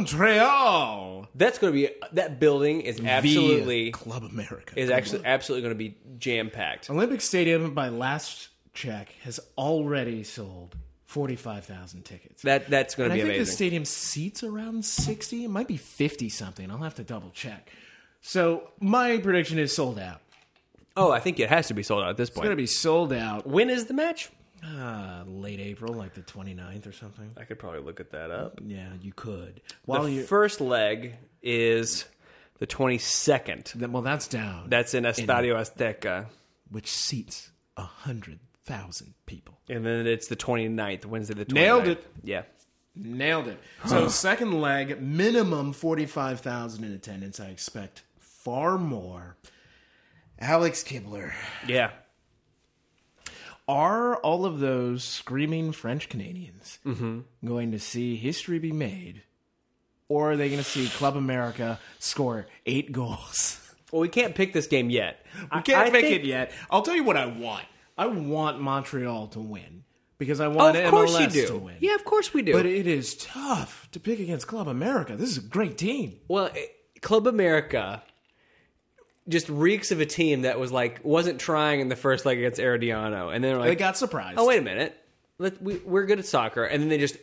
S2: Montreal.
S1: That's going to be that building is
S2: via
S1: absolutely
S2: Club America.
S1: is
S2: Come
S1: actually absolutely going to be jam packed.
S2: Olympic Stadium, by last check, has already sold 45,000 tickets.
S1: That that's going
S2: and
S1: to be
S2: I think the
S1: amazing.
S2: stadium seats around 60. It might be 50 something. I'll have to double check. So my prediction is sold out.
S1: Oh, I think it has to be sold out at this
S2: It's going
S1: point.
S2: to be sold out
S1: when is the match?
S2: uh, late April, like the 29th or something.
S1: I could probably look at that up.
S2: Yeah, you could. While
S1: the
S2: you
S1: first leg is the 22nd.
S2: then, well, that's down.
S1: That's in Estadio Azteca.
S2: which seats a hundred thousand people.
S1: And then it's the 29th, Wednesday the 29th.
S2: Nailed it.
S1: Yeah.
S2: Nailed it. So second leg, minimum forty five thousand in attendance. I expect far more. Alex Kibler,
S1: Yeah.
S2: are all of those screaming French Canadians
S1: Mm-hmm.
S2: going to see history be made, or are they going to see Club America score eight goals?
S1: Well, we can't pick this game yet.
S2: We can't make it yet. I'll tell you what I want. I want Montreal to win because I
S1: Of
S2: want
S1: course
S2: MLS
S1: you
S2: to
S1: do.
S2: win.
S1: Yeah, of course we do.
S2: But it is tough to pick against Club America. This is a great team.
S1: Well, it- Club America just reeks of a team that was like wasn't trying in the first leg against Herediano, and then like,
S2: They got surprised.
S1: "Oh wait a minute, Let, we, we're good at soccer," and then they just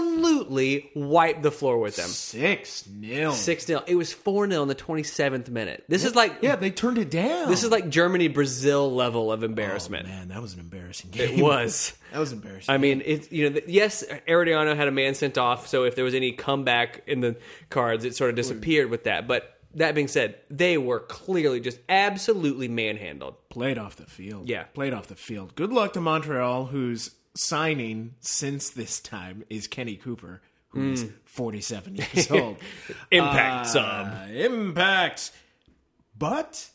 S1: absolutely wiped the floor with them.
S2: six nil.
S1: Six 0 It was four 0 in the twenty seventh minute. This is like
S2: Yeah, they turned it down.
S1: this is like Germany Brazil level of embarrassment.
S2: man. That was an embarrassing
S1: it
S2: game.
S1: was.
S2: That was embarrassing.
S1: I mean, it's you know, th- yes, Ariano had a man sent off, so if there was any comeback in the cards, it sort of disappeared with that. But that being said, they were clearly just absolutely manhandled.
S2: played off the field.
S1: Yeah.
S2: played off the field. Good luck to Montreal, whose signing since this time is Kenny Cooper, who is forty-seven years old.
S1: Hmm. Impact sub.
S2: Uh, impact. But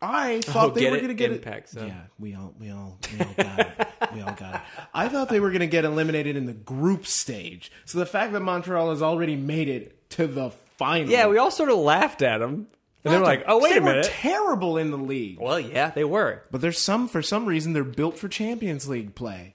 S2: I thought they
S1: Oh, get
S2: were
S1: it?
S2: going to get
S1: Impact
S2: It.
S1: sub.
S2: Yeah, we all we all we all got it. We all got it. I thought they were going to get eliminated in the group stage. So the fact that Montreal has already made it to the final.
S1: Yeah, we all sort of laughed at them, and they were like, "Oh, wait
S2: they
S1: a
S2: were
S1: minute."
S2: terrible in the league.
S1: well, yeah, they were.
S2: But there's some for some reason they're built for Champions League play.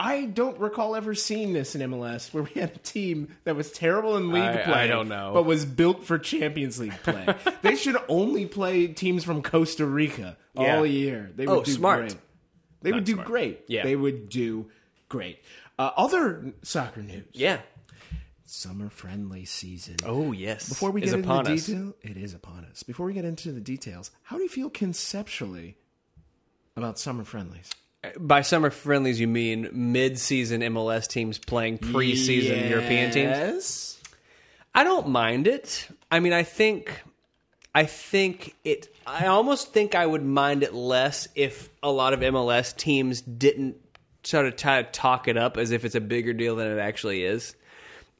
S2: I don't recall ever seeing this in MLS where we had a team that was terrible in league
S1: I- I
S2: play.
S1: don't know.
S2: But was built for Champions League play. they should only play teams from Costa Rica
S1: Yeah.
S2: all year. They would
S1: Oh,
S2: do
S1: smart.
S2: great. They would do
S1: smart.
S2: great.
S1: Yeah.
S2: They would do great. Uh, other soccer news.
S1: Yeah.
S2: Summer friendly season.
S1: Oh yes.
S2: Before we
S1: It's
S2: get into
S1: upon
S2: the
S1: us.
S2: detail, it is upon us. Before we get into the details, how do you feel conceptually about summer friendlies?
S1: by summer friendlies, you mean mid-season MLS teams playing preseason European teams?
S2: Yes.
S1: I don't mind it. I mean, I think, I think it. I almost think I would mind it less if a lot of MLS teams didn't sort of try to talk it up as if it's a bigger deal than it actually is.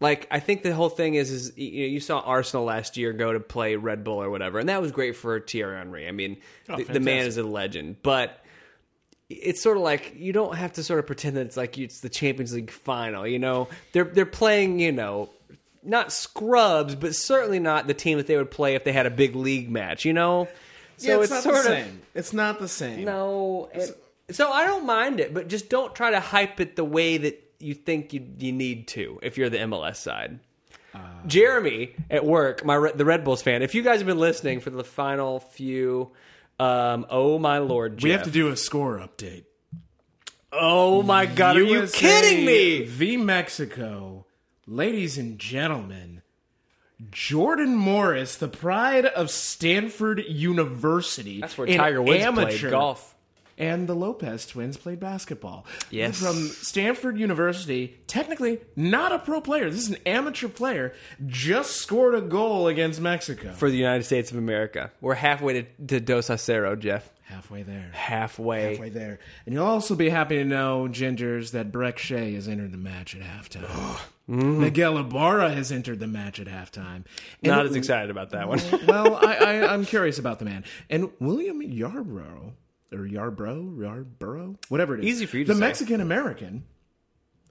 S1: Like, I think the whole thing is, is you know, you saw Arsenal last year go to play Red Bull or whatever, and that was great for Thierry Henry. I mean, the, the man is a legend, but it's sort of like you don't have to sort of pretend that it's like it's the Champions League final. You know, they're they're playing you know not scrubs, but certainly not the team that they would play if they had a big league match. You know, so
S2: yeah, it's, not
S1: sort
S2: the
S1: of
S2: same. It's not the same.
S1: no. it- so I don't mind it, but just don't try to hype it the way that you think you you need to if you're the MLS side.
S2: Uh.
S1: Jeremy at work, my Re- the Red Bulls fan. If you guys have been listening for the final few, um, oh my lord,
S2: We
S1: Jeff.
S2: have to do a score update.
S1: Oh my god, are you
S2: USA
S1: kidding me?
S2: V Mexico, ladies and gentlemen, Jordan Morris, the pride of Stanford University.
S1: That's where
S2: an
S1: Tiger Woods
S2: amateur-
S1: played golf.
S2: and the Lopez twins played basketball.
S1: Yes.
S2: From Stanford University, technically not a pro player. This is an amateur player, just scored a goal against Mexico.
S1: For the United States of America. We're halfway to, to Dos Acero, Jeff.
S2: Halfway there.
S1: Halfway.
S2: Halfway there. And you'll also be happy to know, Gingers, that Breck Shea has entered the match at halftime.
S1: Mm-hmm.
S2: Miguel Ibarra has entered the match at halftime. And
S1: Not as excited about that one.
S2: well, I, I, I'm curious about the man. And William Yarbrough, or Yarbrough, Yarborough, whatever it is.
S1: Easy for you to
S2: The
S1: say.
S2: Mexican American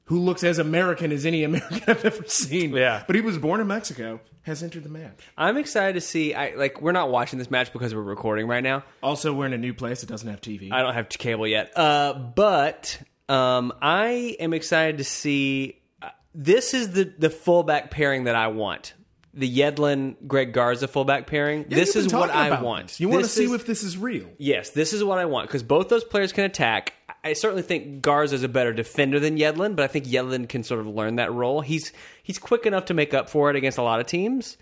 S2: who looks as American as any American I've ever seen.
S1: Yeah.
S2: But he was born in Mexico, has entered the match.
S1: I'm excited to see. I like. We're not watching this match because we're recording right now.
S2: Also, we're in a new place that doesn't have TV.
S1: I don't have cable yet. Uh, but um, I am excited to see. Uh, this is the the fullback pairing that I want. The Yedlin Greg Garza fullback pairing. this
S2: You've
S1: is
S2: been
S1: what
S2: talking
S1: I
S2: about
S1: want.
S2: this. You want
S1: This
S2: to see
S1: is-
S2: if this is real.
S1: Yes, this is what I want because both those players can attack. I certainly think Garza is a better defender than Yedlin, but I think Yedlin can sort of learn that role. He's he's quick enough to make up for it against a lot of teams.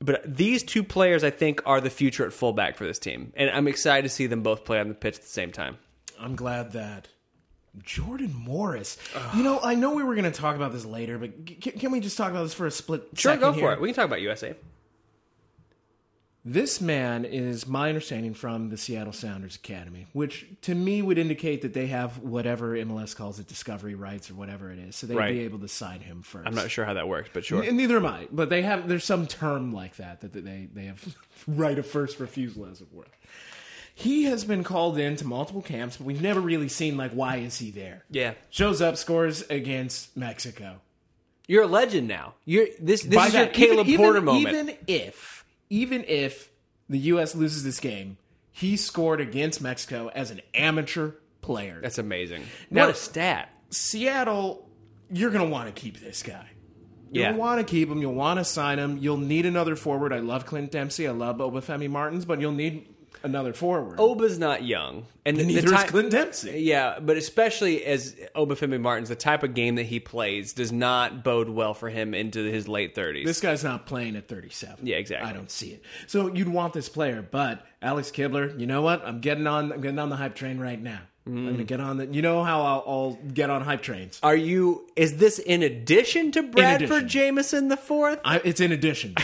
S1: But these two players, I think, are the future at fullback for this team, and I'm excited to see them both play on the pitch at the same time.
S2: I'm glad that Jordan Morris. You know, I know we were going to talk about this later, but c- can we just talk about this for a split
S1: Sure,
S2: second
S1: go
S2: here?
S1: for it. We can talk about USA.
S2: This man is my understanding from the Seattle Sounders Academy, which to me would indicate that they have whatever MLS calls it discovery rights or whatever it is, so they'd
S1: Right.
S2: be able to sign him 1st
S1: I'm not sure how that works, but sure.
S2: And neither am I. But they have there's some term like that that that they they have right of first refusal as it were. He has been called in to multiple camps, but we've never really seen like why is he there?
S1: Yeah,
S2: Shows up, scores against Mexico.
S1: you're a legend now. You're this. This
S2: By
S1: is
S2: that-
S1: your Caleb
S2: even-
S1: Porter
S2: even,
S1: moment.
S2: Even if even if the US loses this game, he scored against Mexico as an amateur player.
S1: That's amazing.
S2: Now-
S1: what a stat.
S2: Seattle, you're going to want to keep this guy. You'll
S1: Yeah.
S2: want to keep him. You'll want to sign him. You'll need another forward. I love Clint Dempsey. I love Obafemi Martins, but you'll need another forward.
S1: Oba's not young, and Oh, the,
S2: neither
S1: the
S2: is
S1: ti-
S2: Clint Dempsey.
S1: Yeah, but especially as Obafemi Martins, the type of game that he plays does not bode well for him into his late 30s.
S2: This guy's not playing at 37.
S1: Yeah, exactly.
S2: I don't see it. So you'd want this player, but Alex Kibler, you know what? I'm getting on. I'm getting on the hype train right now. I'm
S1: Mm-hmm.
S2: going to get on the. You know how I'll, I'll get on hype trains.
S1: Are you? Is this in addition to Bradford
S2: addition.
S1: Jameson the fourth?
S2: I, it's in addition.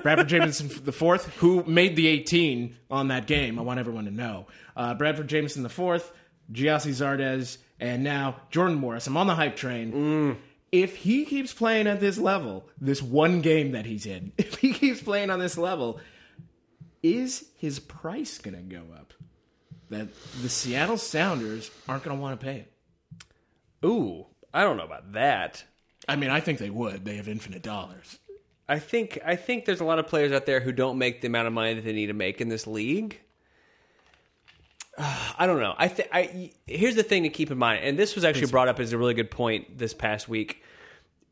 S2: Bradford Jameson the fourth, who made the 18 on that game. I want everyone to know. Uh, Bradford Jameson the fourth, Giassi Zardes, and now Jordan Morris. I'm on the hype train. If he keeps playing at this level, this one game that he's in, if he keeps playing on this level, is his price going to go up? That the Seattle Sounders aren't going to want to pay it.
S1: Ooh, I don't know about that.
S2: I mean, I think they would. They have infinite dollars.
S1: I think I think there's a lot of players out there who don't make the amount of money that they need to make in this league. I don't know. I, th- I here's the thing to keep in mind, and this was actually brought up as a really good point this past week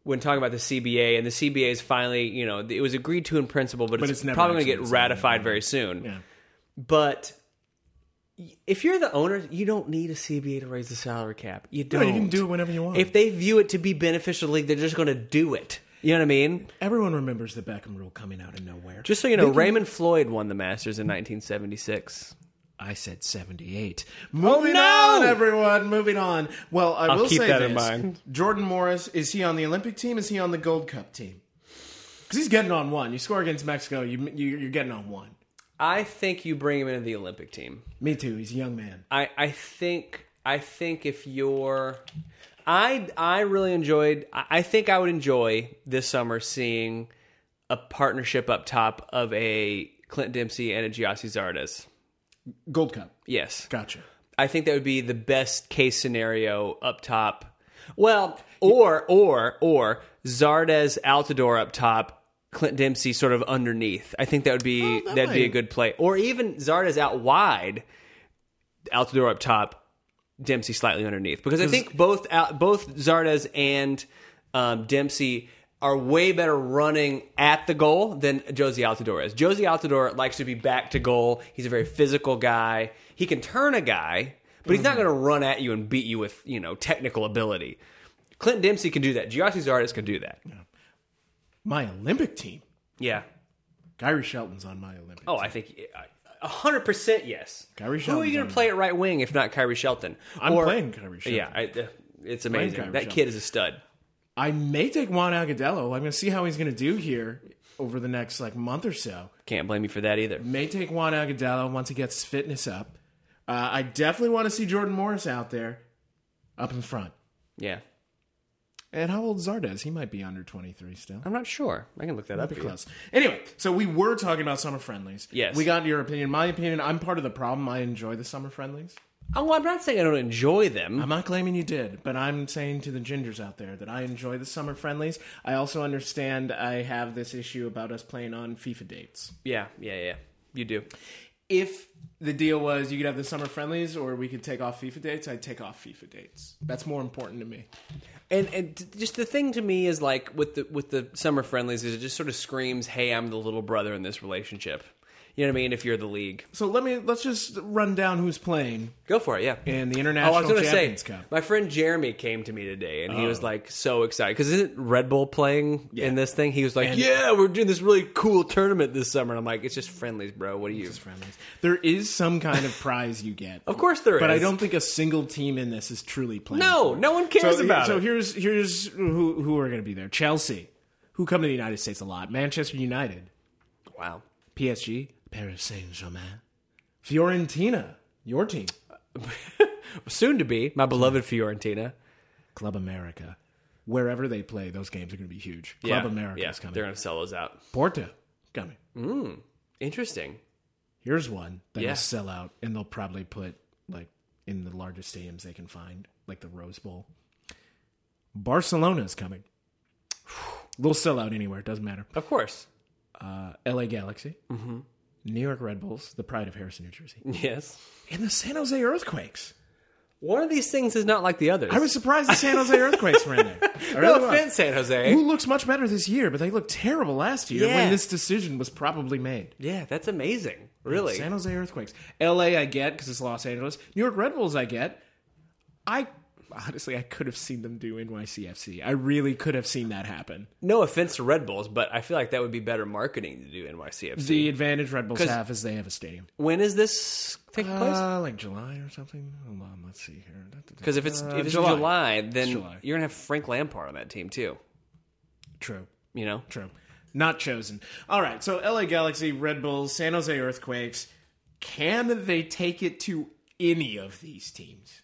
S1: when talking about the CBA, and the CBA is finally, you know, it was agreed to in principle, but, it's,
S2: it's never
S1: probably going to
S2: actually
S1: get ratified very soon.
S2: Yeah.
S1: But if you're the owner, you don't need a CBA to raise the salary cap. You don't.
S2: you can do it whenever you want.
S1: If they view it to be beneficial to the league, they're just going to do it. You know what I mean?
S2: Everyone remembers the Beckham rule coming out of nowhere.
S1: Just so you know, Raymond Floyd won the Masters in 1976.
S2: I said 78. Moving
S1: no!
S2: on, everyone. Moving on. Well, I will
S1: keep
S2: say
S1: that in
S2: this.
S1: mind.
S2: Jordan Morris, is he on the Olympic team? Is he on the Gold Cup team? Because he's getting on one. You score against Mexico, you, you, you're getting on one.
S1: I think you bring him into the Olympic team.
S2: Me too. He's a young man.
S1: I, I think I think if you're I I really enjoyed I I think I would enjoy this summer seeing a partnership up top of a Clint Dempsey and a Giassi Zardes.
S2: Gold Cup.
S1: Yes.
S2: Gotcha.
S1: I think that would be the best case scenario up top. Well, or or or Zardes Altador up top, Clint Dempsey sort of underneath. I think that would be
S2: that
S1: that'd be a
S2: might-
S1: good play. Or even Zardes out wide, Altador up top, Dempsey slightly underneath. Because I think both out, both Zardes and um, Dempsey are way better running at the goal than Josie Altador is. Josie Altador likes to be back to goal. He's a very physical guy. He can turn a guy, but he's not
S2: Mm-hmm.
S1: going to run at you and beat you with you know technical ability. Clint Dempsey can do that. Giassi Zardes can do that.
S2: My Olympic team.
S1: Yeah.
S2: Kyrie Shelton's on my Olympic.
S1: Oh, I think a hundred percent yes.
S2: Kyrie
S1: Who are
S2: Shelton's
S1: you going
S2: on
S1: to play at right wing if not Kyrie Shelton?
S2: I'm
S1: Or-
S2: playing Kyrie Shelton.
S1: Yeah, I, uh, it's amazing.
S2: Kyrie
S1: That kid is a stud.
S2: I may take Juan Agudelo. I'm going to see how he's going to do here over the next like month or so.
S1: Can't blame you for that either.
S2: may take Juan Agudelo once he gets his fitness up. Uh, I definitely want to see Jordan Morris out there, up in front.
S1: Yeah.
S2: And how old is Zardes? He might be under 23 still.
S1: I'm not sure. I can look that up.
S2: Pretty
S1: for you.
S2: close. Anyway, so we were talking about summer friendlies.
S1: Yes.
S2: We got your opinion. My opinion, I'm part of the problem. I enjoy the summer friendlies.
S1: Oh, I'm not saying I don't enjoy them.
S2: I'm not claiming you did, but I'm saying to the gingers out there that I enjoy the summer friendlies. I also understand I have this issue about us playing on FIFA dates.
S1: yeah, yeah, yeah. You do.
S2: if the deal was you could have the summer friendlies or we could take off FIFA dates, I'd take off FIFA dates. That's more important to me.
S1: And and t- just the thing to me is like with the with the summer friendlies is it just sort of screams, "Hey, I'm the little brother in this relationship." You know what I mean? If you're the league,
S2: So let me let's just run down who's playing
S1: go for it. Yeah.
S2: in the
S1: Oh,
S2: International
S1: I was going to say,
S2: Champions Cup. Oh.
S1: my friend Jeremy came to me today, and he was like so excited because isn't Red Bull playing in this thing? He was like, "Yeah, we're doing this really cool tournament this summer." And I'm like, "It's just friendlies, bro. What are you?"
S2: friendlies. There is some kind of prize you get.
S1: Of course there
S2: But I
S1: is.
S2: don't think a single team in this is truly playing.
S1: No,
S2: for it.
S1: no one cares
S2: so,
S1: about
S2: so
S1: it.
S2: here's here's who who are going to be there. Chelsea, who come to the United States a lot. Manchester United,
S1: Wow.
S2: PSG, Paris Saint-Germain, Fiorentina, your team,
S1: Soon to be my beloved Fiorentina.
S2: Club America. Wherever they play, those games are going to be huge. Club
S1: Yeah,
S2: America
S1: yeah,
S2: is coming.
S1: They're going to sell those out.
S2: Porto coming.
S1: Interesting.
S2: Here's one that
S1: Yeah.
S2: will sell out, and they'll probably put like in the largest stadiums they can find, like the Rose Bowl. Barcelona is coming. They'll sell out anywhere. It doesn't matter.
S1: Of course.
S2: Uh, L.A. Galaxy, mm-hmm. New York Red Bulls, the pride of Harrison, New Jersey,
S1: Yes.
S2: and the San Jose Earthquakes.
S1: One of these things is not like the others.
S2: I was surprised the San Jose Earthquakes were in there. I
S1: no
S2: really was.
S1: offense, San Jose.
S2: Who looks much better this year, but they looked terrible last year
S1: Eh? Yeah.
S2: when this decision was probably made.
S1: Yeah, that's amazing. Really.
S2: San Jose Earthquakes. L.A. I get because it's Los Angeles. New York Red Bulls I get. I honestly I could have seen them do NYCFC. I really could have seen that happen.
S1: No offense to Red Bulls, but I feel like that would be better marketing to do NYCFC.
S2: The advantage Red Bulls have is they have a stadium.
S1: when is this take place?
S2: Uh, like July or something. Hold on, let's see here.
S1: Because if it's
S2: Uh,
S1: if it's
S2: July.
S1: July, then
S2: July.
S1: you're gonna have Frank Lampard on that team too.
S2: true,
S1: You know,
S2: true, not chosen. All right, so L.A. Galaxy, Red Bulls, San Jose Earthquakes. Can they take it to any of these teams?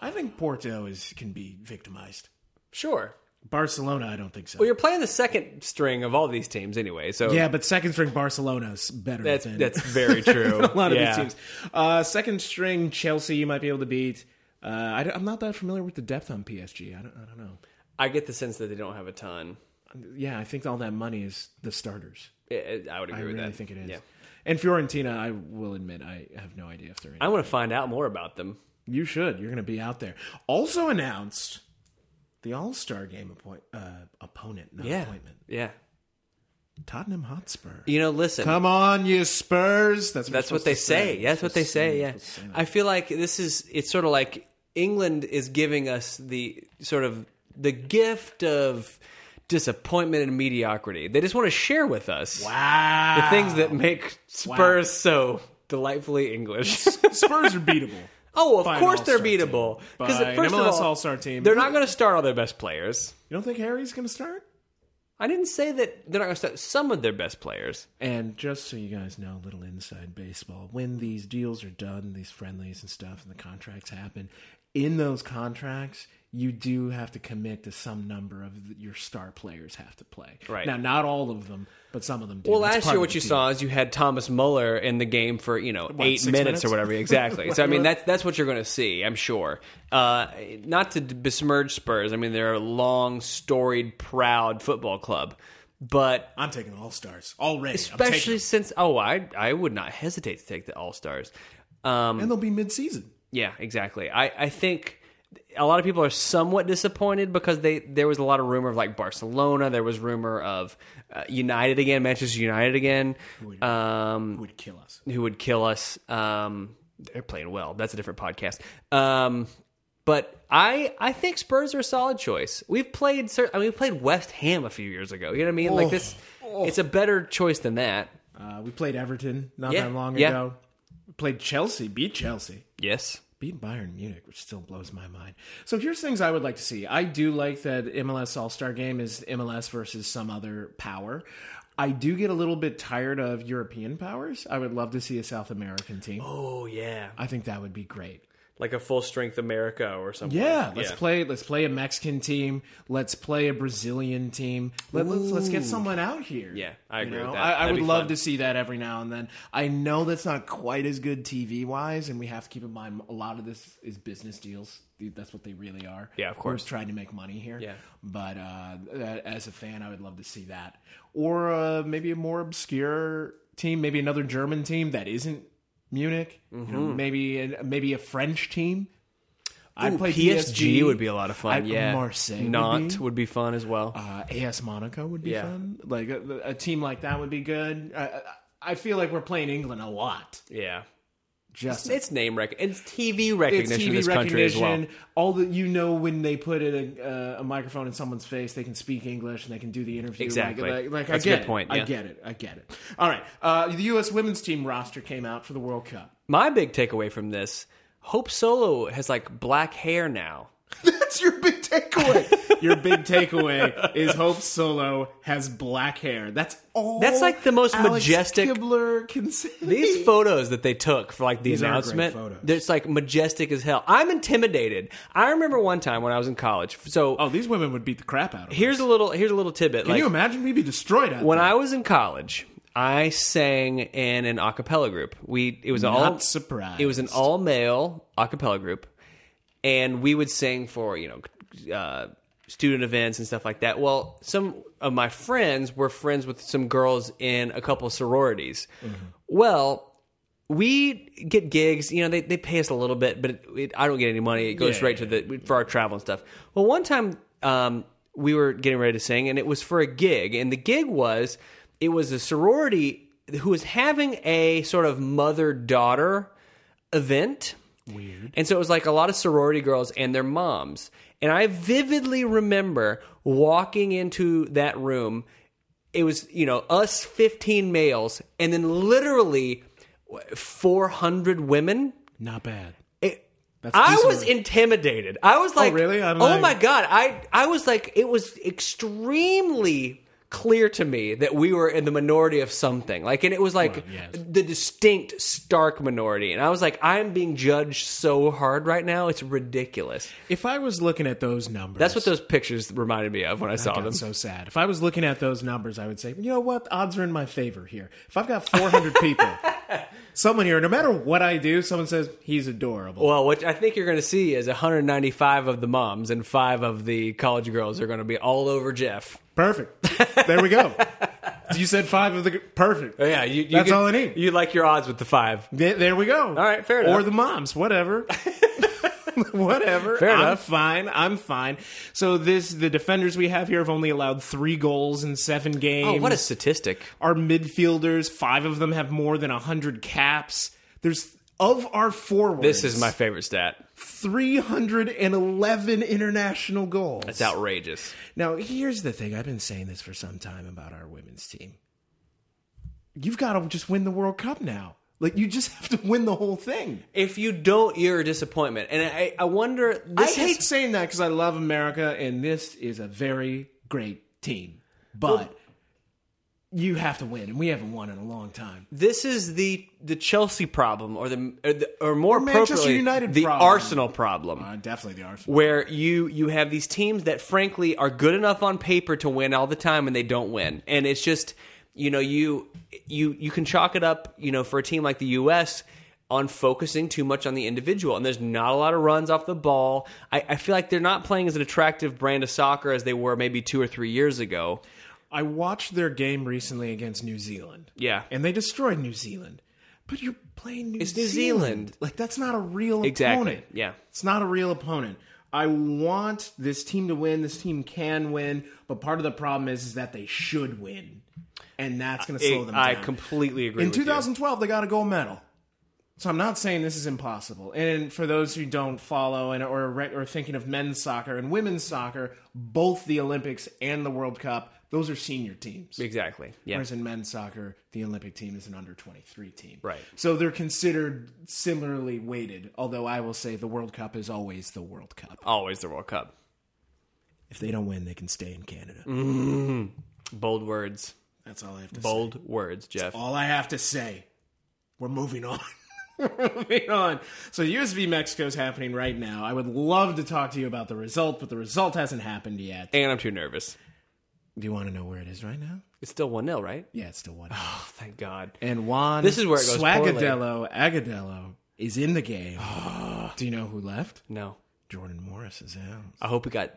S2: I think Porto is can be victimized.
S1: sure.
S2: Barcelona, I don't think so.
S1: Well, you're playing the second string of all these teams anyway, so
S2: yeah, but second string Barcelona's better
S1: that's
S2: than
S1: that's very true.
S2: a lot of
S1: Yeah.
S2: these teams. Uh, second string Chelsea, you might be able to beat. Uh, I, am not that familiar with the depth on PSG. I don't, I don't know.
S1: I get the sense that they don't have a ton.
S2: Yeah, I think all that money is the starters.
S1: I- I- I would agree
S2: I
S1: with
S2: really
S1: that.
S2: think it is.
S1: Yeah.
S2: And Fiorentina, I will admit, I have no idea if they're in.
S1: I want to find out more about them.
S2: you should. You're going to be out there. Also announced the All Star game appoint, uh, opponent, not
S1: Yeah,
S2: appointment.
S1: yeah.
S2: Tottenham Hotspur.
S1: You know, listen,
S2: Come on, you Spurs. That's what,
S1: That's
S2: you're
S1: what they
S2: supposed to
S1: say. That's what they say. Yeah, I feel like this is. It's sort of like England is giving us the sort of the gift of disappointment and mediocrity. They just want to share with us
S2: Wow.
S1: the things that make Spurs so delightfully English.
S2: Spurs are beatable.
S1: oh, of
S2: By an
S1: course they're
S2: all-star team.
S1: beatable. Because
S2: By an
S1: first of
S2: MLS
S1: all,
S2: all-star team.
S1: they're not going to start all their best players.
S2: You don't think Harry's going to start?
S1: I didn't say that they're not going to start some of their best players.
S2: And just so you guys know, a little inside baseball, when these deals are done, these friendlies and stuff, and the contracts happen, in those contracts, you do have to commit to some number of th- your star players have to play.
S1: Right.
S2: Now, not all of them, but some of them do.
S1: Well,
S2: That's
S1: last
S2: part
S1: year
S2: of
S1: what
S2: the
S1: you
S2: deal.
S1: saw is you had Thomas Muller in the game for you know eight
S2: six
S1: minutes,
S2: minutes?
S1: or whatever. Exactly. so I mean that's that's what you're going to see, I'm sure. Uh, not to besmirch Spurs. I mean they're a long, storied, proud football club, but
S2: I'm taking all stars already. I'm taking
S1: especially
S2: them.
S1: since oh I I would not hesitate to take the All Stars. Um,
S2: and they'll be mid-season.
S1: yeah, exactly. I, I think a lot of people are somewhat disappointed because they there was a lot of rumor of like Barcelona. There was rumor of uh, United again, Manchester United again. Um,
S2: Would kill us.
S1: who would kill us. Um, they're playing well. That's a different podcast. Um, but I I think Spurs are a solid choice. We've played cer- I mean, we played West Ham a few years ago. You know what I mean? Like this, it's a better choice than that.
S2: Uh, we played Everton not
S1: Yeah,
S2: that long
S1: yeah.
S2: ago. We played Chelsea, beat Chelsea,
S1: Yes.
S2: beat Bayern Munich, which still blows my mind. So here's things I would like to see. I do like that MLS All Star Game is MLS versus some other power. I do get a little bit tired of European powers. I would love to see a South American team.
S1: Oh yeah,
S2: I think that would be great.
S1: like a full strength America or something.
S2: Yeah, let's play. Let's play a Mexican team. Let's play a Brazilian team. Let, let's let's get someone out here.
S1: Yeah, I
S2: You
S1: agree with
S2: know,
S1: that.
S2: I, I
S1: That'd
S2: would
S1: be
S2: love
S1: fun.
S2: to see that every now and then. I know that's not quite as good TV wise, and we have to keep in mind a lot of this is business deals. That's what they really are.
S1: Yeah, of
S2: We're
S1: course.
S2: trying to make money here.
S1: Yeah.
S2: But uh, as a fan, I would love to see that, or uh, maybe a more obscure team, maybe another German team that isn't Munich. You know,
S1: Mm-hmm.
S2: maybe maybe a French team. I
S1: Ooh, PSG, would be a lot of fun.
S2: I-
S1: yeah,
S2: Marseille would
S1: Nantes
S2: be.
S1: would be fun as well.
S2: uh, AS Uh, Monaco would be
S1: Yeah.
S2: fun. Like a, a team like that would be good. I, I, I feel like we're playing England a lot.
S1: Yeah.
S2: Just
S1: It's name rec. It's TV recognition
S2: it's
S1: in
S2: TV
S1: this country as well.
S2: recognition. All that you know when they put in a, uh, a microphone in someone's face, they can speak English and they can do the interview. Like-
S1: Exactly.
S2: Like, like,
S1: That's
S2: I
S1: a
S2: get
S1: good
S2: it.
S1: point,
S2: I
S1: yeah.
S2: get it. I get it. All right. Uh, the U.S. women's team roster came out for the World Cup.
S1: My big takeaway from this Hope Solo has like black hair now.
S2: That's your big takeaway. your big takeaway is Hope Solo has black hair. That's all.
S1: That's like the most
S2: Alex
S1: majestic-
S2: Kibler can say.
S1: These photos that they took for like the
S2: These are great
S1: announcement,
S2: photos.
S1: it's like majestic as hell. I'm intimidated. I remember one time when I was in college. So
S2: oh, these women would beat the crap out of. Here,
S1: here's a little here's a little tidbit.
S2: can
S1: like,
S2: you imagine? We'd be destroyed out
S1: when
S2: there.
S1: I was in college, I sang in an a cappella group. We it was an
S2: Not
S1: all
S2: surprised.
S1: It was an all male a cappella group, and we would sing for you know uh, student events and stuff like that. Well, some of my friends were friends with some girls in a couple sororities. Well. We get gigs, you know. They, they pay us a little bit, but it, it, I don't get any money. It goes
S2: Yeah,
S1: straight to the for our travel and stuff. Well, one time um, we were getting ready to sing, and it was for a gig, and the gig was it was a sorority who was having a sort of mother daughter event. Weird. And so it was like a lot of sorority girls and their moms. And I vividly remember walking into that room. It was, you know, us 15 males and then literally 400 women.
S2: not bad.
S1: It,
S2: That's
S1: I
S2: decent
S1: was
S2: work.
S1: intimidated. I was like,
S2: really? I'm
S1: oh
S2: like-
S1: my god! I I was like, it was extremely clear to me that we were in the minority of something. Like, and it was like
S2: yes.
S1: the distinct, stark minority. And I was like, I'm being judged so hard right now. It's ridiculous.
S2: If I was looking at those numbers,
S1: That's what those pictures reminded me of when I saw
S2: God,
S1: them.
S2: so sad. If I was looking at those numbers, I would say, you know what? Odds are in my favor here. If I've got 400 people, someone here, no matter what I do, someone says, he's adorable.
S1: Well, what I think you're going to see is 195 of the moms and five of the college girls are going to be all over Jeff.
S2: Perfect. There we go. you said five of the. Perfect.
S1: Oh, Yeah, you, you
S2: That's
S1: can-
S2: all I need.
S1: You like your odds with the five.
S2: There, there we go. All
S1: right, fair enough.
S2: Or the moms, whatever. whatever.
S1: Fair
S2: I'm
S1: enough.
S2: fine. I'm fine. So this the defenders we have here have only allowed three goals in seven games.
S1: Oh, what a statistic!
S2: our midfielders, five of them have more than 100 caps. There's of our forwards.
S1: This is my favorite stat.
S2: 311 international goals.
S1: It's outrageous.
S2: Now, here's the thing. I've been saying this for some time about our women's team. You've got to just win the World Cup now. Like you just have to win the whole thing.
S1: If you don't, you're a disappointment. And I, I wonder.
S2: I
S1: This
S2: hate
S1: Is,
S2: saying that because I love America, and this is a very great team. But you have to win, and we haven't won in a long time.
S1: this is the the Chelsea problem, or the or, the, or more
S2: Manchester
S1: appropriately,
S2: United
S1: the
S2: problem.
S1: Arsenal problem,
S2: Uh, definitely the Arsenal.
S1: where you you have these teams that frankly are good enough on paper to win all the time, and they don't win. And it's just you know you you you can chalk it up you know for a team like the U.S. On focusing too much on the individual, and there's not a lot of runs off the ball. I, I feel like they're not playing as an attractive brand of soccer as they were maybe two or three years ago.
S2: I watched their game recently against New Zealand.
S1: Yeah.
S2: And they destroyed New Zealand. But you're playing New
S1: New
S2: Zealand.
S1: Zealand.
S2: Like that's not a real
S1: Exactly.
S2: opponent.
S1: Yeah.
S2: It's not a real opponent. I want this team to win. This team can win, but part of the problem is, is that they should win. And that's going to slow them down.
S1: I completely agree.
S2: In
S1: with you.
S2: 2012, they got a gold medal. So I'm not saying this is impossible. And for those who don't follow and or re- or thinking of men's soccer and women's soccer, both the Olympics and the World Cup, those are senior teams.
S1: exactly. Yeah,
S2: Whereas in men's soccer, the Olympic team is an under 23 team.
S1: Right.
S2: So they're considered similarly weighted, although I will say the World Cup is always the World Cup.
S1: always the World Cup.
S2: If they don't win, they can stay in Canada.
S1: Mm-hmm. Bold words.
S2: That's all I have to say.
S1: Bold words, Jeff.
S2: All I have to say, we're moving on. we're moving on. So USV Mexico is happening right now. I would love to talk to you about the result, but the result hasn't happened yet.
S1: And I'm too nervous.
S2: Do you want to know where it is right now?
S1: It's still one 0 right?
S2: Yeah, it's still one.
S1: Oh, thank God.
S2: and Juan
S1: This is where it goes
S2: Swagadello Agadello is in the game. Do you know who left?
S1: No,
S2: Jordan Morris is out.
S1: I hope we got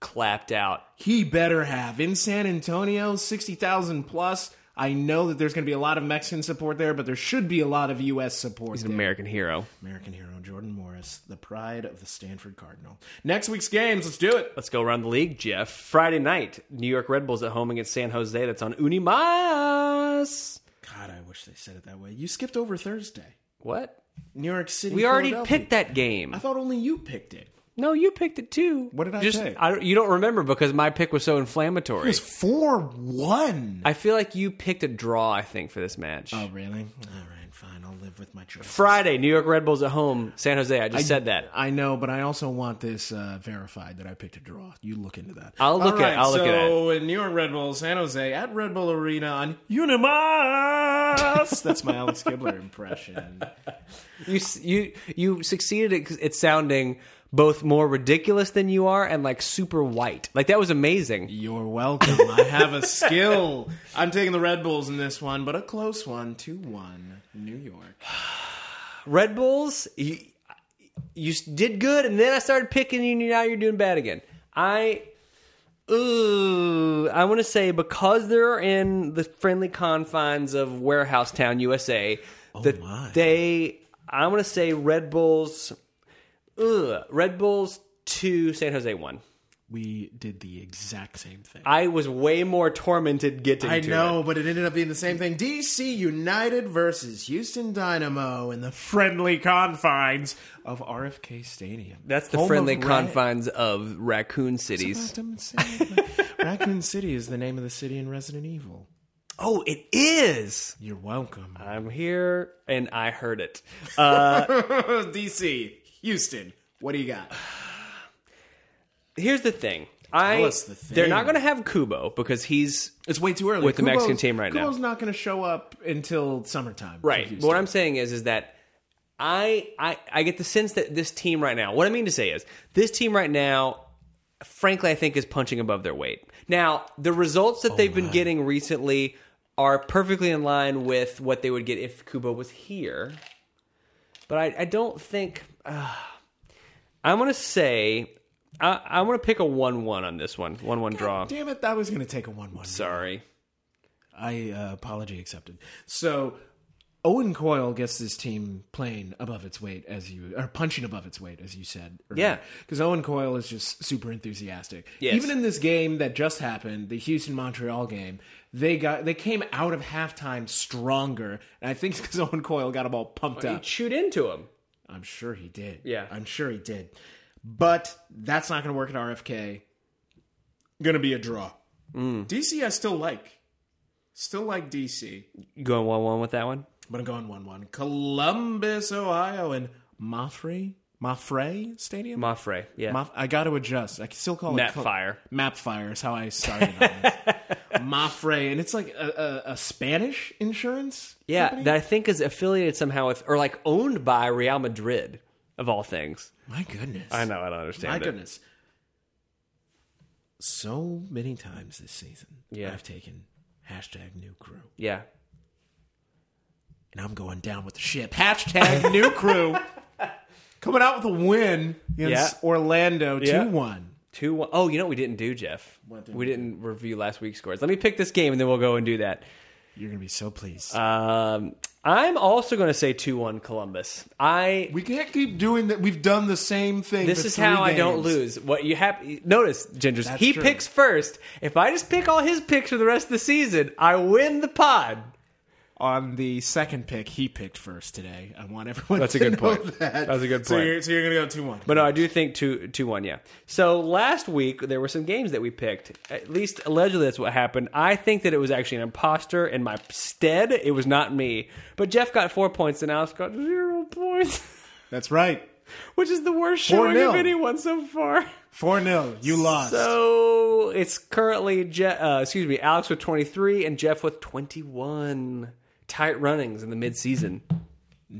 S1: clapped out.
S2: He better have in San Antonio, sixty thousand plus. I know that there's going to be a lot of Mexican support there, but there should be a lot of U.S. support.
S1: He's an American hero.
S2: American hero Jordan Morris, the pride of the Stanford Cardinal. Next week's games, let's do it.
S1: Let's go around the league, Jeff. Friday night, New York Red Bulls at home against San Jose. That's on Unimas.
S2: God, I wish they said it that way. You skipped over Thursday.
S1: What?
S2: New York City.
S1: We already
S2: Philadelphia.
S1: picked that game.
S2: I thought only you picked it.
S1: No, you picked it too.
S2: What did I
S1: Just,
S2: pick?
S1: I don't, you don't remember because my pick was so inflammatory.
S2: It's four one.
S1: I feel like you picked a draw. I think for this match.
S2: Oh really? All right, fine. I'll live with my choice.
S1: Friday, New York Red Bulls at home, San Jose. I just said that.
S2: I know, but I also want this uh, verified that I picked a draw. You look into that.
S1: I'll look
S2: All
S1: at-
S2: right,
S1: I'll look at
S2: So in New York Red Bull, San Jose at Red Bull Arena on Unimas. That's my Alex Kibler impression.
S1: You s- you you succeeded at, at sounding both more ridiculous than you are and like super white. Like that was amazing.
S2: You're welcome. I have a skill. I'm taking the Red Bulls in this one, but a close one, two one, New York.
S1: Red Bulls, you, you s- did good, and then I started picking you, and now you're doing bad again. I, ooh, I want to say because they're in the friendly confines of Warehouse Town, USA, that
S2: my.
S1: they, I want to say Red Bulls, ugh, Red Bulls two, San Jose one.
S2: We did the exact same thing.
S1: I was way more tormented getting.
S2: I
S1: to
S2: know, but it ended up being the same thing. DC United versus Houston Dynamo in the friendly confines of RFK Stadium.
S1: That's the
S2: Home of
S1: friendly
S2: Ra-
S1: confines of Raccoon Cities.
S2: That's what I'm saying. Raccoon City is the name of the city in Resident Evil.
S1: Oh, it is.
S2: You're welcome.
S1: I'm here and I heard it. Uh,
S2: DC, Houston, what do you got?
S1: Here's the thing. I
S2: us the thing.
S1: they're not going to have Kubo because he's
S2: It's way too early
S1: With the Mexican team right now.
S2: Kubo's not going to show up until summertime. for
S1: right. But
S2: Houston.
S1: what I'm saying is is that I I I get the sense that this team right now. What I mean to say is this team right now frankly I think is punching above their weight. Now, the results that they've been getting recently are perfectly in line with what they would get if Kubo was here. But I I don't think uh, I'm going to say I I want to pick a 1-1 on this one. 1-1 draw.
S2: Damn it, that was going to take a 1 1.
S1: Sorry.
S2: I uh, apology accepted. So Owen Coyle gets this team playing above its weight, as you or punching above its weight, as you said.
S1: Yeah.
S2: because Owen Coyle is just super enthusiastic.
S1: Yes.
S2: Even in this game that just happened, the Houston Montreal game, they got they came out of halftime stronger, and I think because Owen Coyle got them all pumped up.
S1: He'd shoot into him.
S2: I'm sure he did.
S1: Yeah.
S2: I'm sure he did. But that's not going to work at RFK. Going to be a draw.
S1: Mm.
S2: DC, I still like. Still like DC.
S1: You going one one with that one?
S2: But I'm going 1 1. Columbus, Ohio, and Mafre? Mafre Stadium?
S1: Mafre, yeah.
S2: Maf- I got to adjust. I can still call it.
S1: Map
S2: Col-
S1: fire.
S2: Mapfire is how I started on this. Mafre. And it's like a, a, a Spanish insurance?
S1: Yeah,
S2: company?
S1: that I think is affiliated somehow with, or like owned by Real Madrid, of all things.
S2: My goodness.
S1: I know, I don't understand.
S2: My
S1: it.
S2: goodness. So many times this season,
S1: Yeah.
S2: I've taken hashtag new crew.
S1: Yeah.
S2: And I'm going down with the ship. Hashtag new crew. Coming out with a win against
S1: Yeah.
S2: Orlando 2
S1: Yeah.
S2: 1.
S1: Two one. Oh, you know what we didn't do, Jeff?
S2: did
S1: we didn't review last week's scores. Let me pick this game and then we'll go and do that.
S2: You're going to be so pleased.
S1: Um, I'm also going to say 2 1 Columbus. I.
S2: we can't keep doing that. We've done the same thing.
S1: This
S2: for
S1: is
S2: three
S1: how I don't
S2: games.
S1: lose. What you have notice, Gingers,
S2: That's
S1: he
S2: true.
S1: picks first. If I just pick all his picks for the rest of the season, I win the pod.
S2: On the second pick, he picked first today. I want everyone
S1: That's a
S2: to
S1: good
S2: know
S1: point.
S2: that.
S1: That's a good
S2: So
S1: point.
S2: you're, so you're going to go 2 1.
S1: But no, I do think two two one. Yeah. So last week there were some games that we picked. At least allegedly that's what happened. I think that it was actually an imposter in my stead. It was not me. But Jeff got four points and Alex got zero points,
S2: That's right.
S1: which is the worst showing
S2: nil.
S1: of anyone so far.
S2: 4 0. You lost.
S1: So it's currently Je- uh, excuse me, Alex with twenty three and Jeff with twenty one. Tight runnings in the mid season,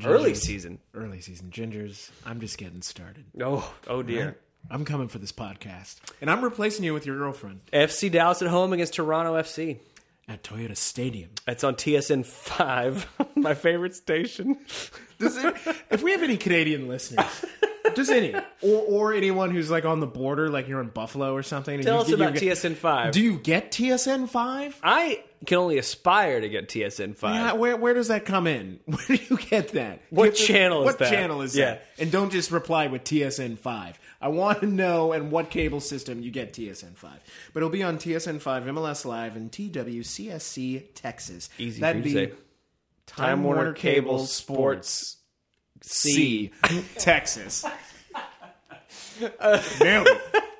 S1: early season.
S2: early season gingers i'm just getting started
S1: Oh, oh dear.
S2: i'm coming for this podcast and i'm replacing you with your girlfriend
S1: FC Dallas at home against Toronto FC.
S2: at toyota stadium
S1: It's on TSN five, my favorite station.
S2: Does it- if we have any canadian listeners just any or, or anyone who's like on the border like you're in buffalo or something and
S1: Tell
S2: you
S1: us
S2: get-
S1: about
S2: you get-
S1: TSN five.
S2: do you get tsn 5
S1: I can only aspire to get TSN five.
S2: where, where does that come in where do you get that
S1: What
S2: You have to-
S1: channel is
S2: what
S1: that?
S2: channel is
S1: Yeah.
S2: that and don't just reply with tsn 5 i want to know and what cable system you get tsn 5 but it'll be on tsn 5 mls live and twcsc texas
S1: Easy for
S2: that'd
S1: you
S2: be
S1: to say.
S2: Time Warner, Cable, Sports C, Texas. Nailed it.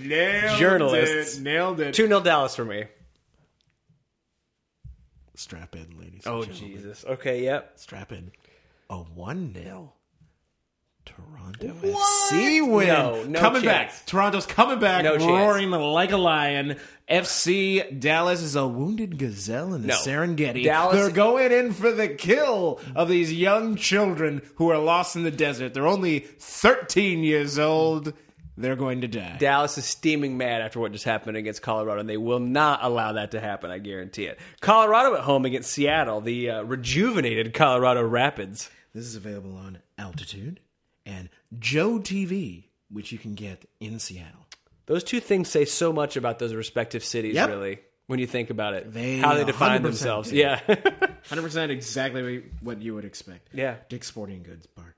S2: Nailed
S1: Journalists.
S2: It. Nailed it.
S1: 2 0 Dallas for me.
S2: Strap in, ladies.
S1: Oh,
S2: and gentlemen.
S1: Jesus. Okay, yep.
S2: Strap in. A 1 0. Toronto FC win.
S1: No, no
S2: coming
S1: chance.
S2: back. Toronto's coming back,
S1: No chance.
S2: roaring like a lion. FC Dallas is a wounded gazelle in the
S1: No.
S2: Serengeti.
S1: Dallas-
S2: They're going in for the kill of these young children who are lost in the desert. They're only 13 years old. They're going to die.
S1: Dallas is steaming mad after what just happened against Colorado, and they will not allow that to happen. I guarantee it. Colorado at home against Seattle, the uh, rejuvenated Colorado Rapids.
S2: This is available on Altitude and Joe TV, which you can get in Seattle.
S1: Those two things say so much about those respective cities,
S2: Yep.
S1: really, when you think about it.
S2: They
S1: how they define
S2: 100%
S1: themselves.
S2: do.
S1: Yeah.
S2: Hundred percent, exactly what you would expect.
S1: Yeah.
S2: Dick's Sporting Goods Park.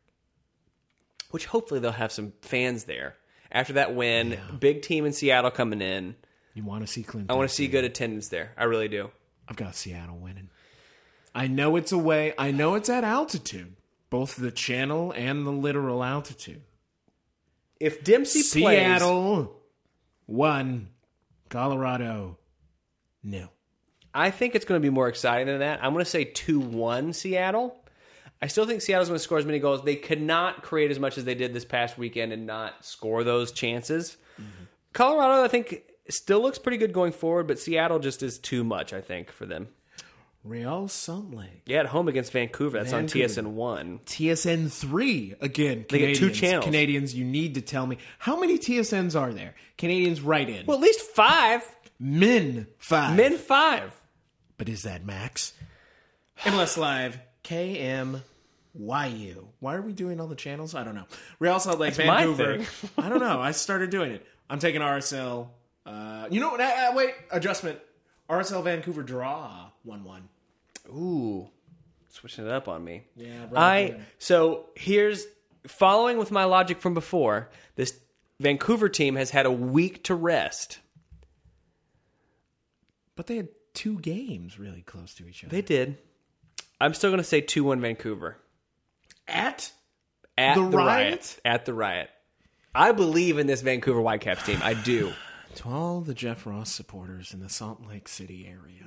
S1: Which hopefully they'll have some fans there. After that win, big team in Seattle coming in.
S2: You want to see Clinton?
S1: I want to see good attendance there. I really do.
S2: I've got Seattle winning. I know it's away. I know it's at altitude, both the channel and the literal altitude.
S1: If Dempsey plays,
S2: Seattle one, Colorado nil.
S1: I think it's going to be more exciting than that. I'm going to say 2 1 Seattle. I still think Seattle's going to score as many goals. They could not create as much as they did this past weekend and not score those chances.
S2: Mm-hmm.
S1: Colorado, I think, still looks pretty good going forward, but Seattle just is too much, I think, for them.
S2: Real Salt Lake.
S1: Yeah, at home against Vancouver. That's
S2: Vancouver.
S1: on TSN one.
S2: TSN three again.
S1: get
S2: They Canadians,
S1: two channels.
S2: Canadians, you need to tell me how many TSNs are there? Canadians, right in.
S1: Well, at least five.
S2: men five.
S1: Men five.
S2: But is that Max? MLS Live, KMYU. Why are we doing all the channels? I don't know. Real Salt Lake,
S1: my
S2: Vancouver. I don't know. I started doing it. I'm taking RSL. Uh, you know what? Uh, wait, adjustment. RSL Vancouver draw 1 1.
S1: Ooh, switching it up on me.
S2: Yeah, bro,
S1: I
S2: yeah.
S1: so here's following with my logic from before. This Vancouver team has had a week to rest.
S2: But they had two games really close to each other.
S1: They did. I'm still going to say two one Vancouver
S2: At?
S1: at the,
S2: The
S1: riot?
S2: Riot?
S1: At the riot. I believe in this Vancouver Whitecaps team. I do.
S2: To all the Jeff Ross supporters in the Salt Lake City area,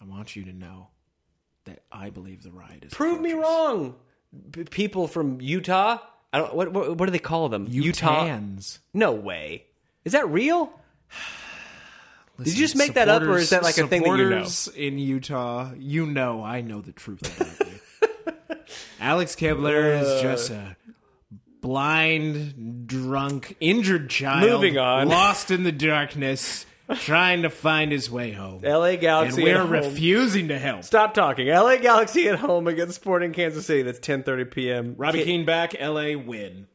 S2: I want you to know that I believe the riot is.
S1: Prove me
S2: fortress.
S1: wrong, P- people from Utah. I don't. What, what what do they call them? Utah.
S2: Utahns.
S1: No way. Is that real?
S2: Did
S1: you just make that up, or is that like a thing that you know?
S2: In Utah, you know, I know the truth about you. Alex Kibler is
S1: Uh.
S2: just a blind, drunk, injured child.
S1: Moving on.
S2: lost in the darkness, trying to find his way home.
S1: LA
S2: and
S1: Galaxy.
S2: we're
S1: at home.
S2: refusing to help.
S1: Stop talking. LA Galaxy at home against Sporting Kansas City. That's 10:30 p.m.
S2: Robbie
S1: Ki-
S2: Keane back. L.A. win.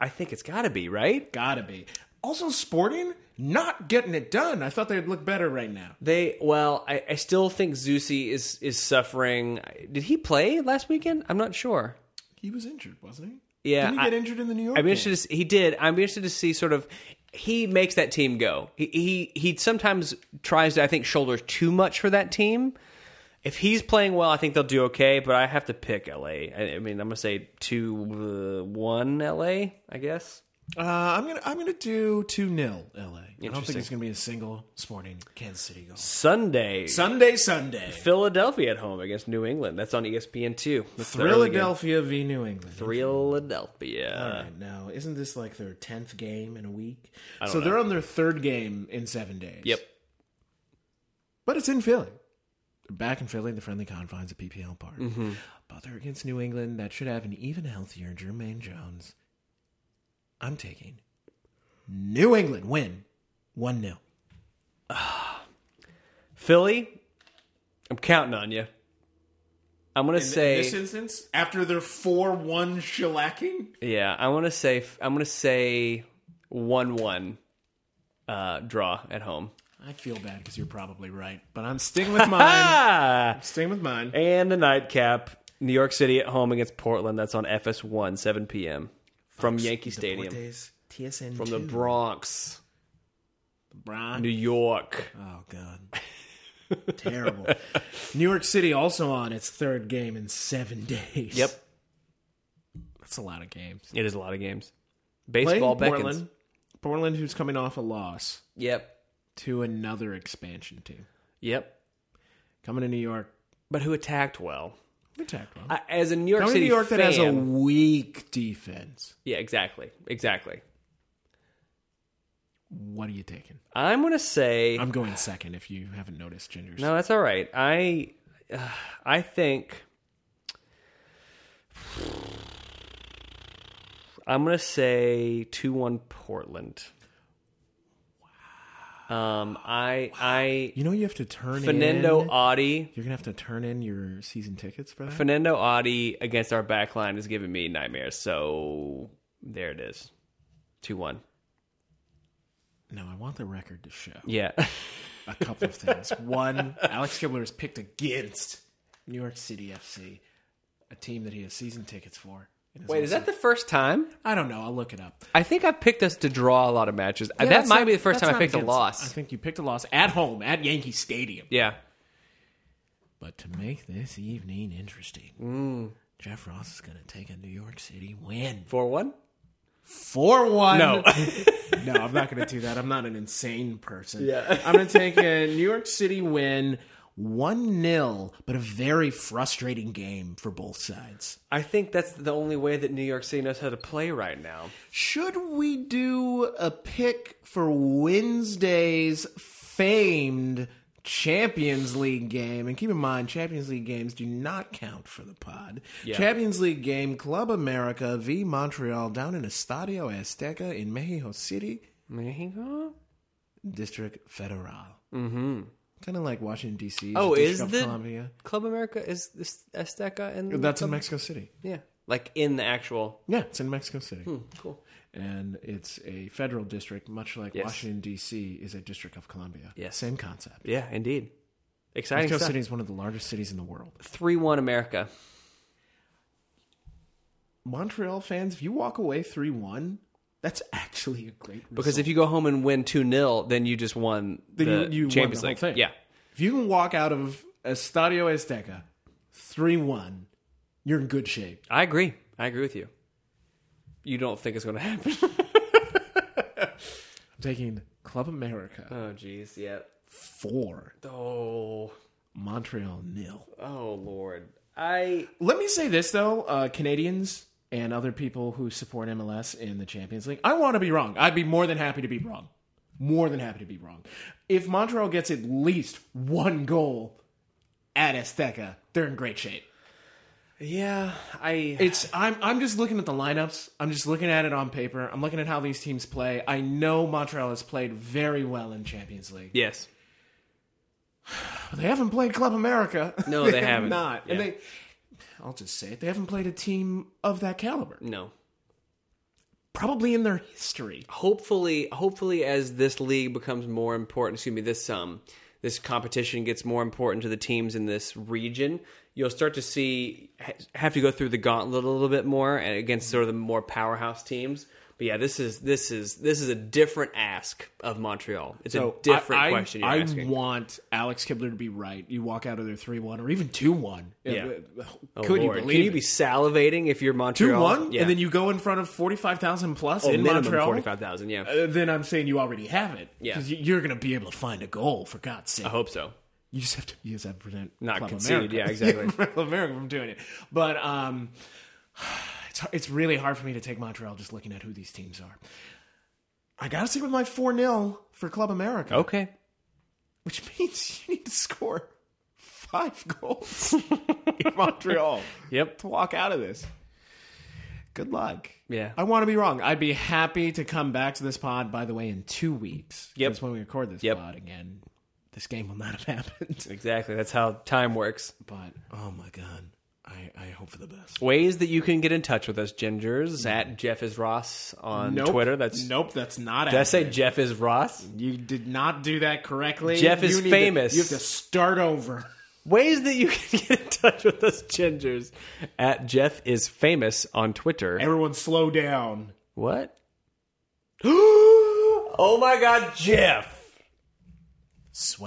S1: I think it's got to be right.
S2: Gotta be. Also, Sporting not getting it done. I thought they'd look better right now.
S1: They well, I, I still think Zusi is is suffering. Did he play last weekend? I'm not sure.
S2: He was injured, wasn't he?
S1: Yeah,
S2: Didn't he get
S1: I-
S2: injured in the New York?
S1: I'm
S2: game?
S1: interested. To, see- he did. I'm interested to see sort of he makes that team go. He he, he sometimes tries to I think shoulder too much for that team. If he's playing well, I think they'll do okay. But I have to pick LA. I, I mean, I'm gonna say two uh, one LA. I guess.
S2: Uh, I'm gonna I'm gonna do two 0 LA. I don't
S1: Interesting.
S2: think it's gonna be a single Sporting Kansas City goal.
S1: Sunday.
S2: Sunday, Sunday,
S1: Philadelphia at home against New England. That's on E ESPN two. That's the early game.
S2: Philadelphia v New England. All
S1: Philadelphia.
S2: right, now isn't this like their tenth game in a week?
S1: don't
S2: So they're on their third game in seven days.
S1: Yep.
S2: but it's in Philly. They're back in Philly, in the friendly confines of PPL Park.
S1: Mm-hmm.
S2: But they're against New England. That should have an even healthier Jermaine Jones. I'm taking New England win one 0
S1: Philly. I'm counting on you. I'm gonna say
S2: instance, after their four one shellacking,
S1: yeah. I want to say I'm gonna say one one uh, draw at home.
S2: I feel bad because you're probably right, but I'm sticking with mine.
S1: Ah,
S2: sticking with mine.
S1: and the nightcap. New York City at home against Portland. That's on FS1, 7 p.m. from Yankee Stadium.
S2: Deportes, TSN
S1: From the
S2: two.
S1: Bronx,
S2: Bron-
S1: New York.
S2: Oh God. Terrible. New York City also on its third game in seven days.
S1: Yep,
S2: That's a lot of games.
S1: it is a lot of games.
S2: Playing
S1: Baseball beckons.
S2: Portland. Portland, who's coming off a loss
S1: Yep,
S2: to another expansion team.
S1: yep.
S2: Coming to New York.
S1: But who attacked well?
S2: They're tacked well.
S1: I, as a New York
S2: Coming to
S1: City
S2: New York
S1: fan,
S2: that has a weak defense.
S1: yeah, exactly, exactly.
S2: What are you taking?
S1: I'm gonna say
S2: I'm going second if you haven't noticed, Gingers.
S1: no. That's all right. I, uh, I think I'm gonna say two one Portland. Um, I I
S2: You know you have to turn
S1: Fernando
S2: in.
S1: Audi.
S2: You're gonna have to turn in your season tickets for that.
S1: Fernando Audi against our back line is giving me nightmares. So there it is, two one.
S2: no, I want the record to show
S1: Yeah,
S2: a couple of things. One, Alex Kibler is picked against New York City FC, a team that he has season tickets for. And
S1: wait, is that the first time?
S2: I don't know. I'll look it up.
S1: I think I've picked us to draw a lot of matches.
S2: Yeah,
S1: that
S2: that's
S1: might
S2: not-
S1: be the first
S2: that's
S1: time I
S2: not
S1: picked a
S2: against- I
S1: loss.
S2: think you picked a loss at home at Yankee Stadium.
S1: Yeah.
S2: But to make this evening interesting,
S1: Mm.
S2: Jeff Ross is going to take a New York City win.
S1: 4 1?
S2: Four one.
S1: No.
S2: no, I'm not going to do that. I'm not an insane person.
S1: Yeah.
S2: I'm going to take a New York City win, one 0 but a very frustrating game for both sides.
S1: I think that's the only way that New York City knows how to play right now.
S2: Should we do a pick for Wednesday's famed Champions League game? And keep in mind, Champions League games do not count for the pod. Champions League game, Club America v Montreal down in Estadio Azteca in Mexico City,
S1: Mexico?
S2: District Federal. Mm-hmm. Kind of like Washington, D.C.
S1: Oh,
S2: District
S1: is
S2: of
S1: the-
S2: Columbia.
S1: Club America is this Azteca and
S2: That's in Mexico City.
S1: yeah, like in the actual.
S2: Yeah, it's in Mexico City.
S1: Hmm. Cool.
S2: and it's a federal district, much like
S1: Yes.
S2: Washington D.C. is a district of Columbia.
S1: Yes.
S2: same concept.
S1: Yeah, indeed. Exciting
S2: Mexico
S1: stuff.
S2: City is one of the largest cities in the world.
S1: Three one America.
S2: Montreal fans, if you walk away three one, that's actually a great result.
S1: Because if you go home and win two 0 then you just won
S2: Then
S1: the
S2: you- you won the
S1: Champions
S2: whole
S1: League.
S2: thing.
S1: Yeah,
S2: if you can walk out of Estadio Azteca three one, you're in good shape.
S1: I agree. I agree with you. You don't think it's going to happen?
S2: I'm taking Club America
S1: oh, jeez. Yeah.
S2: four,
S1: Oh.
S2: Montreal nil.
S1: Oh Lord, I
S2: Let me say this though, uh, Canadians and other people who support MLS in the Champions League, I want to be wrong. I'd be more than happy to be wrong. More than happy to be wrong. If Montreal gets at least one goal at Azteca, they're in great shape.
S1: yeah I
S2: It's I'm I'm just looking at the lineups. I'm just looking at it on paper. I'm looking at how these teams play. I know Montreal has played very well in Champions League.
S1: yes
S2: But they haven't played Club America.
S1: No, they
S2: have
S1: haven't.
S2: Not. And
S1: Yeah.
S2: they I'll just say it. They haven't played a team of that caliber.
S1: no.
S2: probably in their history.
S1: Hopefully, hopefully, as this league becomes more important, excuse me, this um this competition gets more important to the teams in this region. You'll start to see ha- have to go through the gauntlet a little bit more and against sort of the more powerhouse teams. But yeah, this is this is this is a different ask of Montreal. It's a different
S2: Oh, I, I-
S1: question you're
S2: I
S1: asking.
S2: want Alex Kibler to be right. You walk out of there three one or even two one.
S1: Yeah. Oh,
S2: Could you
S1: Lord.
S2: believe
S1: Can you be salivating if you're Montreal?
S2: two one?
S1: yeah. Oh,
S2: And then you go in front of forty five thousand plus in
S1: minimum
S2: Montreal.
S1: forty five thousand. Yeah,
S2: Uh, then I'm saying you already have it.
S1: Yeah.
S2: because you're going to be able to find a goal for God's sake.
S1: I hope so.
S2: You just have to you just have to prevent
S1: Not
S2: Club
S1: concede,
S2: America.
S1: yeah, exactly.
S2: Club America from doing it. But um, it's it's really hard for me to take Montreal just looking at who these teams are. I got to stick with my four 0 for Club America.
S1: Okay.
S2: which means you need to score five goals in Montreal
S1: Yep.
S2: to walk out of this. Good luck.
S1: Yeah.
S2: I want to be wrong. I'd be happy to come back to this pod, by the way, in two weeks.
S1: Yep.
S2: That's when we record this
S1: Yep.
S2: pod again. This game will not have happened.
S1: Exactly. That's how time works.
S2: But, oh my God. I, I hope for the best.
S1: Ways that you can get in touch with us, Gingers, at Jeff is Ross on Twitter. That's
S2: Mm. nope. That's not.
S1: did I say Jeff is Ross?
S2: you did not do that correctly.
S1: Jeff is
S2: You need to-
S1: famous.
S2: you have to start over.
S1: Ways that you can get in touch with us, Gingers, at Jeff is famous on Twitter.
S2: Everyone, slow down.
S1: What? oh my God, Jeff!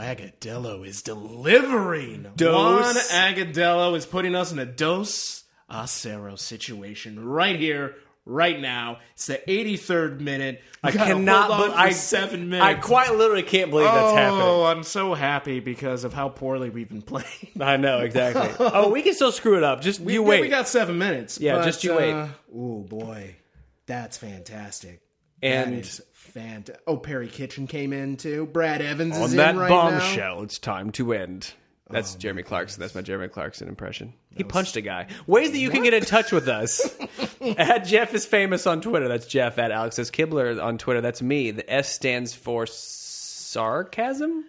S2: Swagadello is delivering.
S1: Dos.
S2: Juan Agadello is putting us in a dos acero situation right here, right now. It's the 83rd minute. We
S1: I
S2: gotta
S1: cannot.
S2: hold on
S1: be-
S2: for
S1: I
S2: seven
S1: I
S2: minutes.
S1: quite literally can't believe that's happening.
S2: Oh, I'm so happy because of how poorly we've been playing.
S1: I know exactly. oh, we can still screw it up. Just you
S2: Yeah,
S1: wait.
S2: we got seven minutes.
S1: Yeah,
S2: but,
S1: just you wait.
S2: uh, oh boy, that's fantastic.
S1: And-
S2: that is fant- oh, Perry Kitchen came in too. Brad Evans
S1: On
S2: is
S1: that
S2: in right now.
S1: bombshell, it's time to end. That's Jeremy Clarkson. That's Oh, my Jeremy Clarkson impression. He punched a guy. Ways that you can get in touch with us. at Jeff is famous on Twitter. That's Jeff. At Alex is Kibler on Twitter. That's me. The S stands for sarcasm.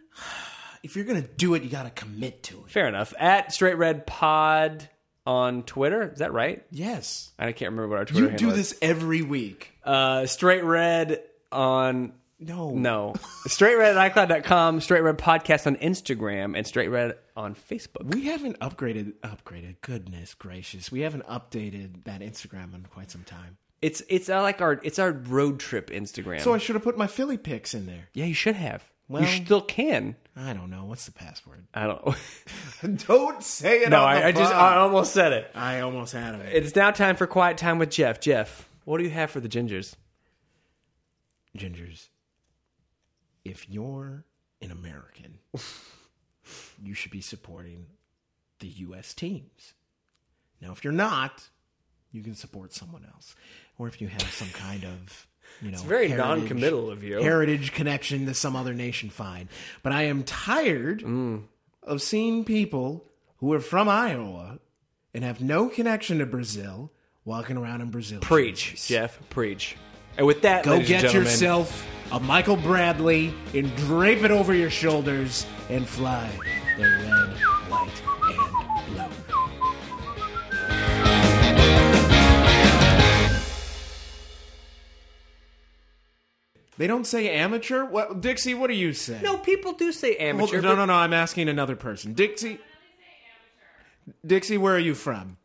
S2: If you're gonna do it, you gotta commit to it.
S1: Fair enough. At Straight Red Pod on Twitter. Is that right?
S2: Yes,
S1: I can't remember what our Twitter
S2: you do
S1: handle is.
S2: this every week.
S1: Uh, straight Red on
S2: No,
S1: no Straight Red at iCloud.com. Straight Red podcast on Instagram and Straight Red on Facebook.
S2: We haven't upgraded. Upgraded. Goodness gracious, we haven't updated that Instagram in quite some time.
S1: It's it's uh, like our it's our road trip Instagram.
S2: So I should have put my Philly pics in there.
S1: yeah, you should have.
S2: Well-
S1: you still can.
S2: I don't know what's the password.
S1: I don't. know.
S2: Don't say it.
S1: no, I, I just I almost said it.
S2: I almost had it.
S1: It's now time for quiet time with Jeff. Jeff, what do you have for the gingers?
S2: Gingers, if you're an American, you should be supporting the U.S. teams. Now, if you're not, you can support someone else, or if you have some kind of you know, it's
S1: very non-committal of you.
S2: Heritage connection to some other nation, fine. But I am tired
S1: Mm.
S2: of seeing people who are from Iowa and have no connection to Brazil walking around in Brazil.
S1: Preach,
S2: jerseys.
S1: Jeff. Preach. And with that,
S2: Go
S1: ladies and
S2: get
S1: gentlemen,
S2: yourself a Michael Bradley and drape it over your shoulders and fly the red, white, and blue. They don't say amateur. What, Dixie? What do you say?
S1: No, people do say
S2: Hold-
S1: amateur.
S2: no,
S1: but-
S2: no, no. I'm asking another person. Dixie. Dixie, where are you from?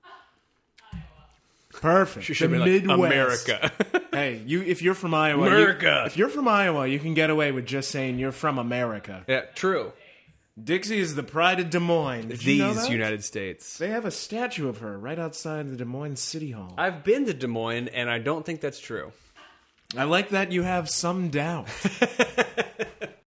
S2: Perfect.
S1: She should
S2: the
S1: be like,
S2: Midwest.
S1: America.
S2: Hey, you if you're from Iowa, you-
S1: America.
S2: if you're from Iowa, you can get away with just saying you're from America.
S1: yeah, true.
S2: Dixie is the pride of Des Moines. Did you know
S1: These
S2: that?
S1: United States.
S2: They have a statue of her right outside the Des Moines City Hall. I,
S1: I've been to Des Moines, and I don't think that's true.
S2: like that you have some doubt.